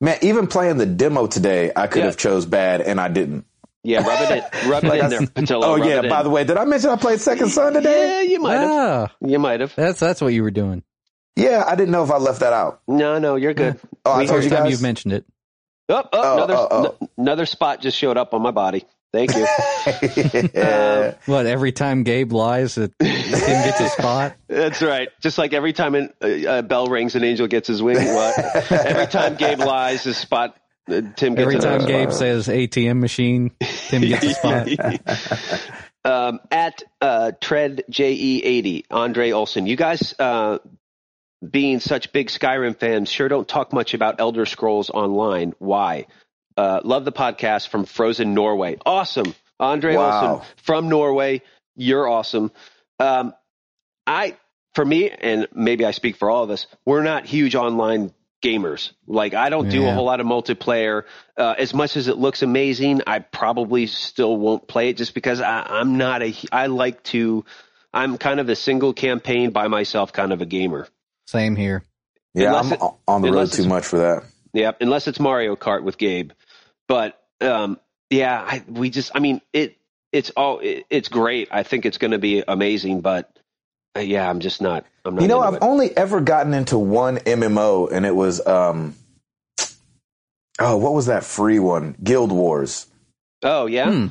Speaker 1: Man, even playing the demo today, I could
Speaker 3: Yeah.
Speaker 1: have chose bad and I didn't.
Speaker 3: Yeah. Rub it in. Rub it in there, Patillo.
Speaker 1: oh
Speaker 3: rub
Speaker 1: yeah,
Speaker 3: it in.
Speaker 1: by the way, did I mention I played Second Son today?
Speaker 3: Yeah, you might have.
Speaker 2: Ah,
Speaker 3: You might have.
Speaker 2: that's that's what you were doing.
Speaker 1: Yeah, I didn't know if I left that out.
Speaker 3: No, no, you're good.
Speaker 1: Oh, I
Speaker 3: We
Speaker 1: told
Speaker 2: First
Speaker 1: you
Speaker 2: time
Speaker 1: guys.
Speaker 2: you've mentioned it.
Speaker 3: Oh, oh,
Speaker 1: Oh,
Speaker 3: another,
Speaker 1: oh, oh.
Speaker 3: n- another spot just showed up on my body. Thank you. Um,
Speaker 1: yeah.
Speaker 2: What every time Gabe lies, it him gets a spot.
Speaker 3: That's right. Just like every time an, uh, a, a bell rings, an angel gets his wing. What? every time Gabe lies, his spot. Uh, Tim gets
Speaker 2: Every
Speaker 3: another
Speaker 2: time
Speaker 3: spot.
Speaker 2: Gabe says ATM machine, Tim gets a spot.
Speaker 3: um, at uh, Tread JE80, Andre Olson. You guys, uh, being such big Skyrim fans, sure don't talk much about Elder Scrolls Online. Why? Uh, love the podcast from Frozen Norway. Awesome, Andre
Speaker 1: Wow.
Speaker 3: Olsen from Norway. You're awesome. Um, I, for me, and maybe I speak for all of us, we're not huge online gamers. Like I don't do a
Speaker 2: Yeah.
Speaker 3: whole lot of multiplayer. Uh, as much as it looks amazing, I probably still won't play it just because I, I'm not a. I like to. I'm kind of a single campaign by myself kind of a gamer.
Speaker 2: Same here.
Speaker 1: yeah,
Speaker 3: Unless
Speaker 1: I'm
Speaker 3: it-
Speaker 1: o- on the road
Speaker 3: unless
Speaker 1: too
Speaker 3: it's-
Speaker 1: much for that.
Speaker 3: Yeah, unless it's Mario Kart with Gabe. But um, yeah, I, we just. I mean, it. It's all. It, it's great. I think it's going to be amazing. But uh, yeah, I'm just not. I'm not.
Speaker 1: You know,
Speaker 3: into
Speaker 1: I've
Speaker 3: it.
Speaker 1: only ever gotten into one MMO, and it was um, oh, what was that free one? Guild Wars.
Speaker 3: oh yeah.
Speaker 2: Hmm.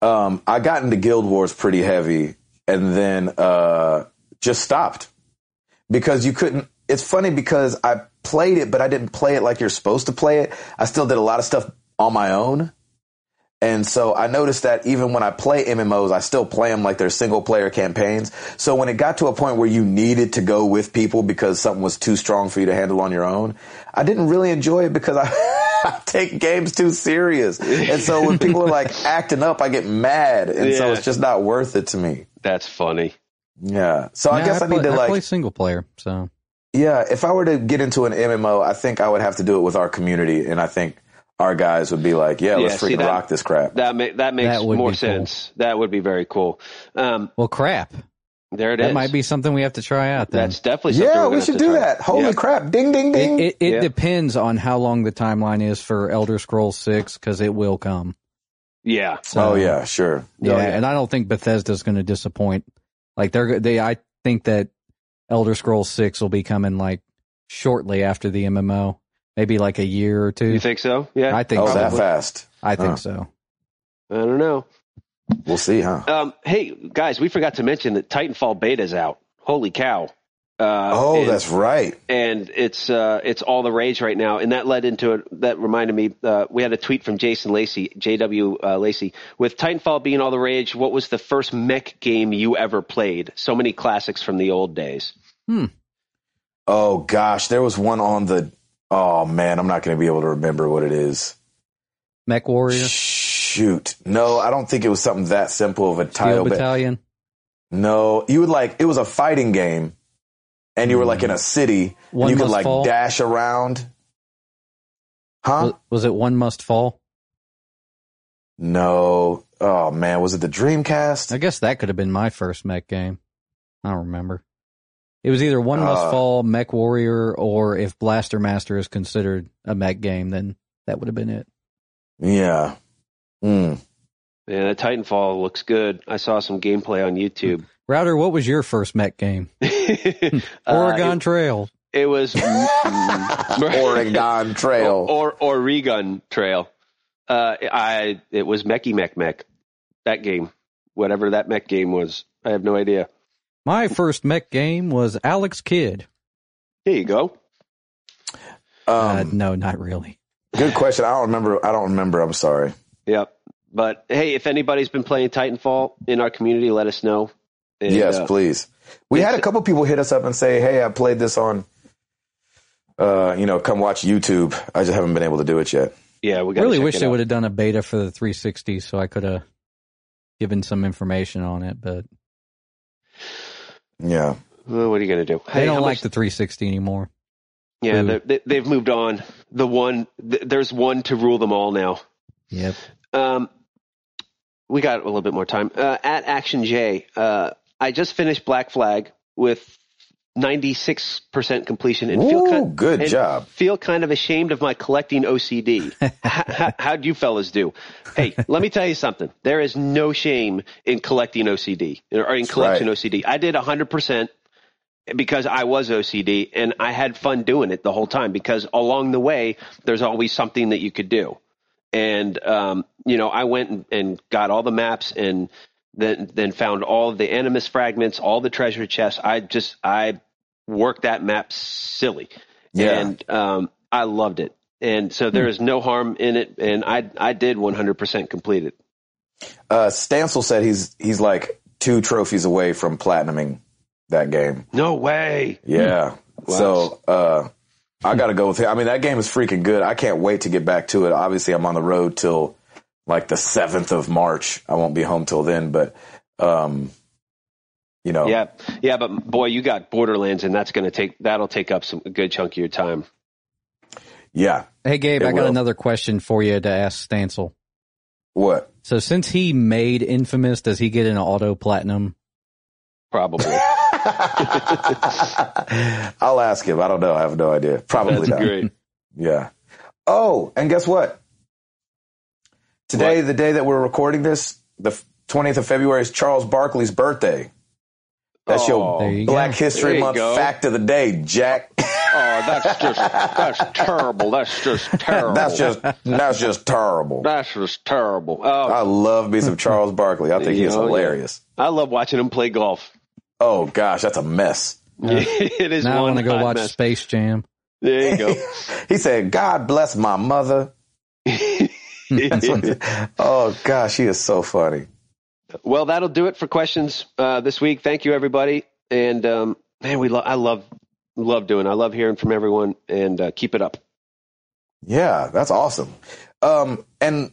Speaker 1: Um, I got into Guild Wars pretty heavy, and then uh, just stopped because you couldn't. It's funny because I played it, but I didn't play it like you're supposed to play it. I still did a lot of stuff on my own. And so I noticed that even when I play MMOs, I still play them like they're single player campaigns. So when it got to a point where you needed to go with people because something was too strong for you to handle on your own, I didn't really enjoy it because I, I take games too serious. And so when people are like acting up, I get mad. And so
Speaker 3: Yeah.
Speaker 1: it's just not worth it to me.
Speaker 3: That's funny.
Speaker 1: Yeah. So I
Speaker 2: Yeah,
Speaker 1: guess I, need
Speaker 2: play-
Speaker 1: to like,
Speaker 2: play single player. So
Speaker 1: yeah, if I were to get into an MMO, I think I would have to do it with our community. And I think our guys would be like, yeah,
Speaker 3: Yeah,
Speaker 1: let's
Speaker 3: see
Speaker 1: freaking
Speaker 3: that-
Speaker 1: rock this crap.
Speaker 3: That ma- that makes
Speaker 2: That would
Speaker 3: more
Speaker 2: be cool.
Speaker 3: sense. That would be very cool. Um,
Speaker 2: well, crap.
Speaker 3: there it is.
Speaker 2: That might be something we have to try out. Then.
Speaker 3: That's definitely something
Speaker 1: yeah,
Speaker 3: we're
Speaker 1: we
Speaker 3: gonna
Speaker 1: should
Speaker 3: have to
Speaker 1: do
Speaker 3: try.
Speaker 1: that. Holy
Speaker 3: Yeah.
Speaker 1: crap. Ding, ding, ding.
Speaker 2: It it, it
Speaker 3: Yeah.
Speaker 2: depends on how long the timeline is for Elder Scrolls Six because it will come.
Speaker 3: Yeah.
Speaker 2: So,
Speaker 1: oh, yeah, sure.
Speaker 2: yeah,
Speaker 3: yeah.
Speaker 2: and I don't think Bethesda's going to disappoint. Like they're go- they, I think that Elder Scrolls Six will be coming like shortly after the MMO, maybe like a year or two.
Speaker 3: You think so? Yeah.
Speaker 2: I
Speaker 3: I,
Speaker 2: think
Speaker 1: Oh, that
Speaker 2: so.
Speaker 1: fast.
Speaker 2: I think
Speaker 1: Huh.
Speaker 2: so.
Speaker 3: don't know.
Speaker 1: We'll see, huh?
Speaker 3: Um, hey guys, we forgot to mention that Titanfall beta's out. Holy cow. Uh,
Speaker 1: Oh,
Speaker 3: and-
Speaker 1: that's right.
Speaker 3: and it's uh, it's all the rage right now. And that led into it. That reminded me, uh, we had a tweet from Jason Lacey, JW uh, Lacey, with Titanfall being all the rage. What was the first mech game you ever played? So many classics from the old days.
Speaker 1: Oh gosh, there was one on the. Oh man, I'm not going to be able to remember what it is.
Speaker 2: Mech Warrior,
Speaker 1: Shoot, no, I don't think it was something that simple of a
Speaker 2: Steel
Speaker 1: title. But
Speaker 2: Battalion.
Speaker 1: no, you would like it was a fighting game, and you were like in a city.
Speaker 2: Hmm.
Speaker 1: and
Speaker 2: One
Speaker 1: you could
Speaker 2: Must
Speaker 1: like
Speaker 2: Fall?
Speaker 1: dash around. Huh?
Speaker 2: Was, was it One Must Fall?
Speaker 1: no. Oh man, was it the Dreamcast?
Speaker 2: I guess that could have been my first mech game. I don't remember. It was either One
Speaker 1: Uh,
Speaker 2: Must Fall, Mech Warrior, or if Blaster Master is considered a mech game, then that would have been it.
Speaker 1: Yeah. Mm.
Speaker 3: Yeah, that Titanfall looks good. I saw some gameplay on YouTube.
Speaker 2: Router, what was your first mech game?
Speaker 3: Uh,
Speaker 2: Hmm. Oregon Trail.
Speaker 3: it, it was
Speaker 1: Oregon Trail.
Speaker 3: or, or Oregon Trail. Uh, I it was Mechy Mech Mech. That game, whatever that mech game was, I have no idea.
Speaker 2: My first mech game was Alex Kidd.
Speaker 3: Here you go.
Speaker 2: uh,
Speaker 1: Um,
Speaker 2: no, not really.
Speaker 1: good question. I don't remember. I don't remember. I'm sorry.
Speaker 3: Yep. But hey, if anybody's been playing Titanfall in our community, let us know. And,
Speaker 1: yes,
Speaker 3: uh,
Speaker 1: please. We had a couple people hit us up and say, "Hey, I played this on, uh, you know, come watch YouTube." I just haven't been able to do it yet.
Speaker 3: yeah,
Speaker 2: I
Speaker 3: we gotta
Speaker 2: really
Speaker 3: check
Speaker 2: wish
Speaker 3: it
Speaker 2: they
Speaker 3: out.
Speaker 2: would have done a beta for the 360 so I could have given some information on it, but
Speaker 1: Yeah,
Speaker 3: Well, what are you gonna do?
Speaker 2: they
Speaker 3: Hey, how
Speaker 2: don't like
Speaker 3: much-
Speaker 2: the 360 anymore.
Speaker 3: Yeah,
Speaker 2: food.
Speaker 3: they're- they, they've moved on. The one th- there's one to rule them all now.
Speaker 2: Yep.
Speaker 3: Um, we got a little bit more time. Uh, at Action J, uh, I just finished Black Flag with 96% completion and feel
Speaker 1: Woo,
Speaker 3: kind,
Speaker 1: good
Speaker 3: and
Speaker 1: job.
Speaker 3: Feel kind of ashamed of my collecting OCD. how, how'd you fellas do? Hey, let me tell you something. There is no shame in collecting OCD or in collection
Speaker 1: right.
Speaker 3: OCD. I did 100% because I was OCD and I had fun doing it the whole time because along the way, there's always something that you could do and um, you know I went and, and got all the maps and then then found all the animus fragments, all the treasure chests. I just I worked that map silly,
Speaker 1: Yeah.
Speaker 3: and um, I loved it. And so there is no harm in it, and I I did 100% complete it.
Speaker 1: uh, Stancil said he's he's like two trophies away from platinuming that game.
Speaker 3: No way.
Speaker 1: Yeah,
Speaker 3: Hmm.
Speaker 1: so uh, I got to go with him. I mean, that game is freaking good. I can't wait to get back to it. Obviously, I'm on the road till like the seventh of March. I won't be home till then, but um, you know,
Speaker 3: Yeah, yeah, but boy, you got Borderlands, and that's gonna take that'll take up some a good chunk of your time.
Speaker 1: yeah.
Speaker 2: Hey, Gabe,
Speaker 1: It
Speaker 2: I got
Speaker 1: will.
Speaker 2: another question for you to ask Stancil.
Speaker 1: What?
Speaker 2: So since he made Infamous, does he get an auto platinum?
Speaker 3: Probably.
Speaker 1: I'll ask him. I don't know. I have no idea. Probably
Speaker 3: That's
Speaker 1: not.
Speaker 3: great.
Speaker 1: Yeah. Oh, and guess what? Today, the day that we're recording this, the f- 20th of February is Charles Barkley's birthday. That's
Speaker 3: Aw.
Speaker 1: your
Speaker 2: There you go.
Speaker 1: Black
Speaker 3: There
Speaker 1: History
Speaker 3: you
Speaker 1: Month
Speaker 3: go.
Speaker 1: fact of the day, Jack.
Speaker 3: Oh, that's just that's terrible. That's just terrible.
Speaker 1: that's just that's just terrible.
Speaker 3: That's just terrible. Oh,
Speaker 2: Uh,
Speaker 1: I love me some Charles Barkley. I think he's
Speaker 3: Oh, yeah.
Speaker 1: hilarious.
Speaker 3: I love watching him play golf.
Speaker 1: Oh gosh, that's a mess.
Speaker 3: it is
Speaker 2: Now I
Speaker 3: one
Speaker 2: want to go
Speaker 3: hot
Speaker 2: watch
Speaker 3: mess.
Speaker 2: Space Jam.
Speaker 3: There you go.
Speaker 1: He said, "God bless my mother." oh gosh, he is so funny.
Speaker 3: well, that'll do it for questions uh, this week. Thank you, everybody. And um, man, we lo- I love love doing. I love hearing from everyone. And uh, keep it up.
Speaker 1: Yeah, that's awesome. Um, and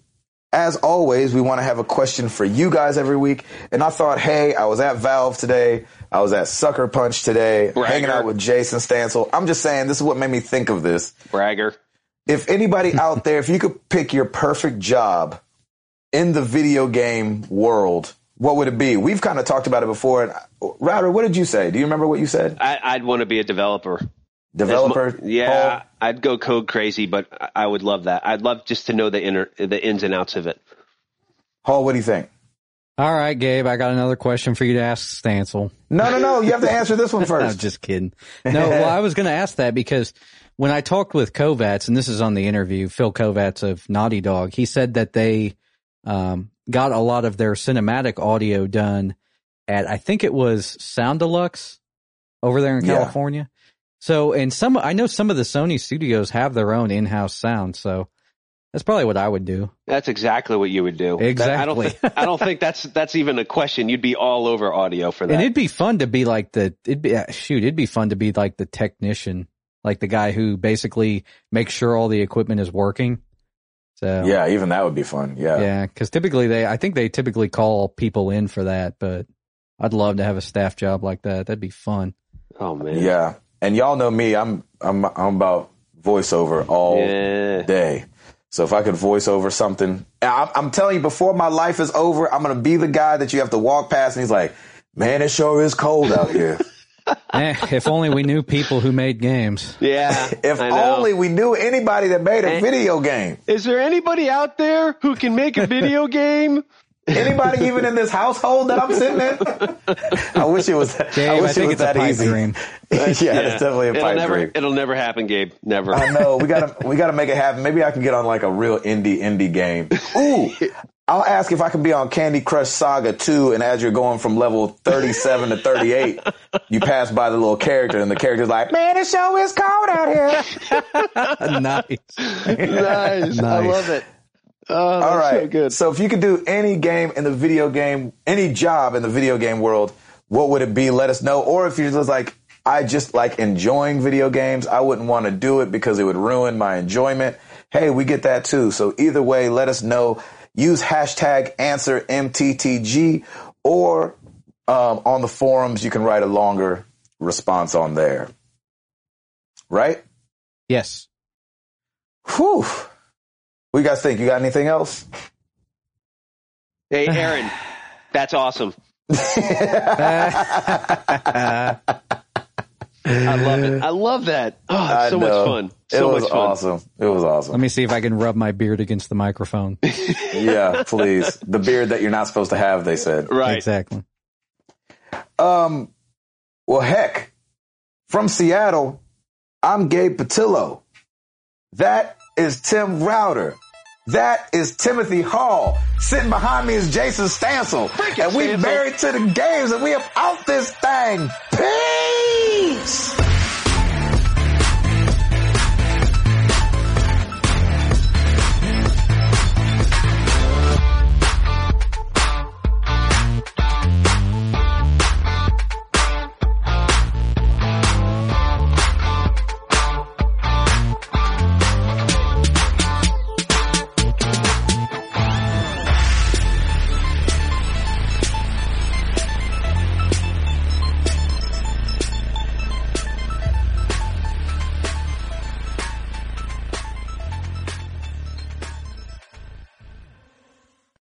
Speaker 1: as always, we want to have a question for you guys every week. And I thought, hey, I was at Valve today. I was at Sucker Punch today,
Speaker 3: Bragger.
Speaker 1: hanging out with Jason Stansel. I'm just saying, this is what made me think of this.
Speaker 3: Bragger.
Speaker 1: If anybody out there, if you could pick your perfect job in the video game world, what would it be? We've kind of talked about it before. And uh, Router, what did you say? Do you remember what you said?
Speaker 3: I, I'd want to be a developer. As mu-
Speaker 1: Developer?
Speaker 3: yeah,
Speaker 1: Paul?
Speaker 3: I'd go code crazy, but I- I would love that. I'd love just to know the inner, the ins and outs of it.
Speaker 1: Paul, what do you think?
Speaker 2: All right, Gabe, I got another question for you to ask Stancil.
Speaker 1: No, no, no. You have to answer this one
Speaker 2: I'm
Speaker 1: first.
Speaker 2: just kidding. No, well, I was going to ask that because when I talked with Kovats, and this is on the interview, Phil Kovats of Naughty Dog, he said that they um, got a lot of their cinematic audio done at, I think it was Sound Deluxe over there in
Speaker 1: Yeah.
Speaker 2: California. So, and some, I know some of the Sony studios have their own in-house sound, so that's probably what I would do.
Speaker 3: That's exactly what you would do. That- I don't.
Speaker 2: Exactly.
Speaker 3: thi- I don't think that's that's even a question. You'd be all over audio for
Speaker 2: And
Speaker 3: that.
Speaker 2: it'd be fun to be like the it'd be uh, shoot, it'd be fun to be like the technician, like the guy who basically makes sure all the equipment is working. So
Speaker 1: Yeah, even that would be fun. Yeah.
Speaker 2: yeah, because typically they, I think they typically call people in for that, but I'd love to have a staff job like that. That'd be fun.
Speaker 3: oh man.
Speaker 1: Yeah. And y'all know me, I'm I'm I'm about voiceover all
Speaker 3: Yeah.
Speaker 1: day. So if I could voice over something, and I'm, I'm telling you, before my life is over, I'm gonna be the guy that you have to walk past, and he's like, "Man, it sure is cold out here."
Speaker 2: Eh, if only we knew people who made games.
Speaker 3: Yeah.
Speaker 1: if
Speaker 3: I know.
Speaker 1: only we knew anybody that made a
Speaker 3: Eh.
Speaker 1: video game.
Speaker 3: Is there anybody out there who can make a video game?
Speaker 1: Anybody even in this household that I'm sitting in? I wish it was. I
Speaker 2: Dave, I,
Speaker 1: wish it
Speaker 2: think
Speaker 1: was
Speaker 2: it's a
Speaker 1: that
Speaker 2: pipe
Speaker 1: easy.
Speaker 2: dream.
Speaker 1: yeah, it's definitely a
Speaker 3: it'll
Speaker 1: pipe
Speaker 3: never,
Speaker 1: dream.
Speaker 3: It'll never happen, Gabe. Never.
Speaker 1: I know we gotta we gotta make it happen. Maybe I can get on like a real indie indie game. Ooh, I'll ask if I can be on Candy Crush Saga two. And as you're going from level thirty seven to thirty eight, you pass by the little character, and the character's like, "Man, it show is cold out here."
Speaker 2: nice.
Speaker 3: nice. I
Speaker 2: Nice.
Speaker 3: love it. Oh, that's
Speaker 1: All right,
Speaker 3: so good.
Speaker 1: So if you could do any game in the video game, any job in the video game world, what would it be? Let us know. Or if you're just like, I just like enjoying video games, I wouldn't want to do it because it would ruin my enjoyment. Hey, we get that too. So either way, let us know. Use hashtag answer MTTG or um, on the forums, you can write a longer response on there. Right?
Speaker 2: Yes.
Speaker 1: Whew. What you guys think? You got anything else?
Speaker 3: Hey, Aaron, that's awesome.
Speaker 2: Eh,
Speaker 3: I love it. I love that. Oh,
Speaker 1: I
Speaker 3: it's so much
Speaker 1: know.
Speaker 3: fun. So
Speaker 1: it was
Speaker 3: much fun.
Speaker 1: awesome. It was
Speaker 2: Let
Speaker 1: awesome.
Speaker 2: me see if I can rub my beard against the microphone.
Speaker 1: yeah, please. The beard that you're not supposed to have, they said.
Speaker 3: Right.
Speaker 2: Exactly.
Speaker 1: Um, well, heck, from Seattle, I'm Gabe Patillo. That is Tim Router. That is Timothy Hall. Sitting behind me is Jason Stansel.
Speaker 3: it,
Speaker 1: and we
Speaker 3: Stansel.
Speaker 1: married to the games and we are out this thing. Peace!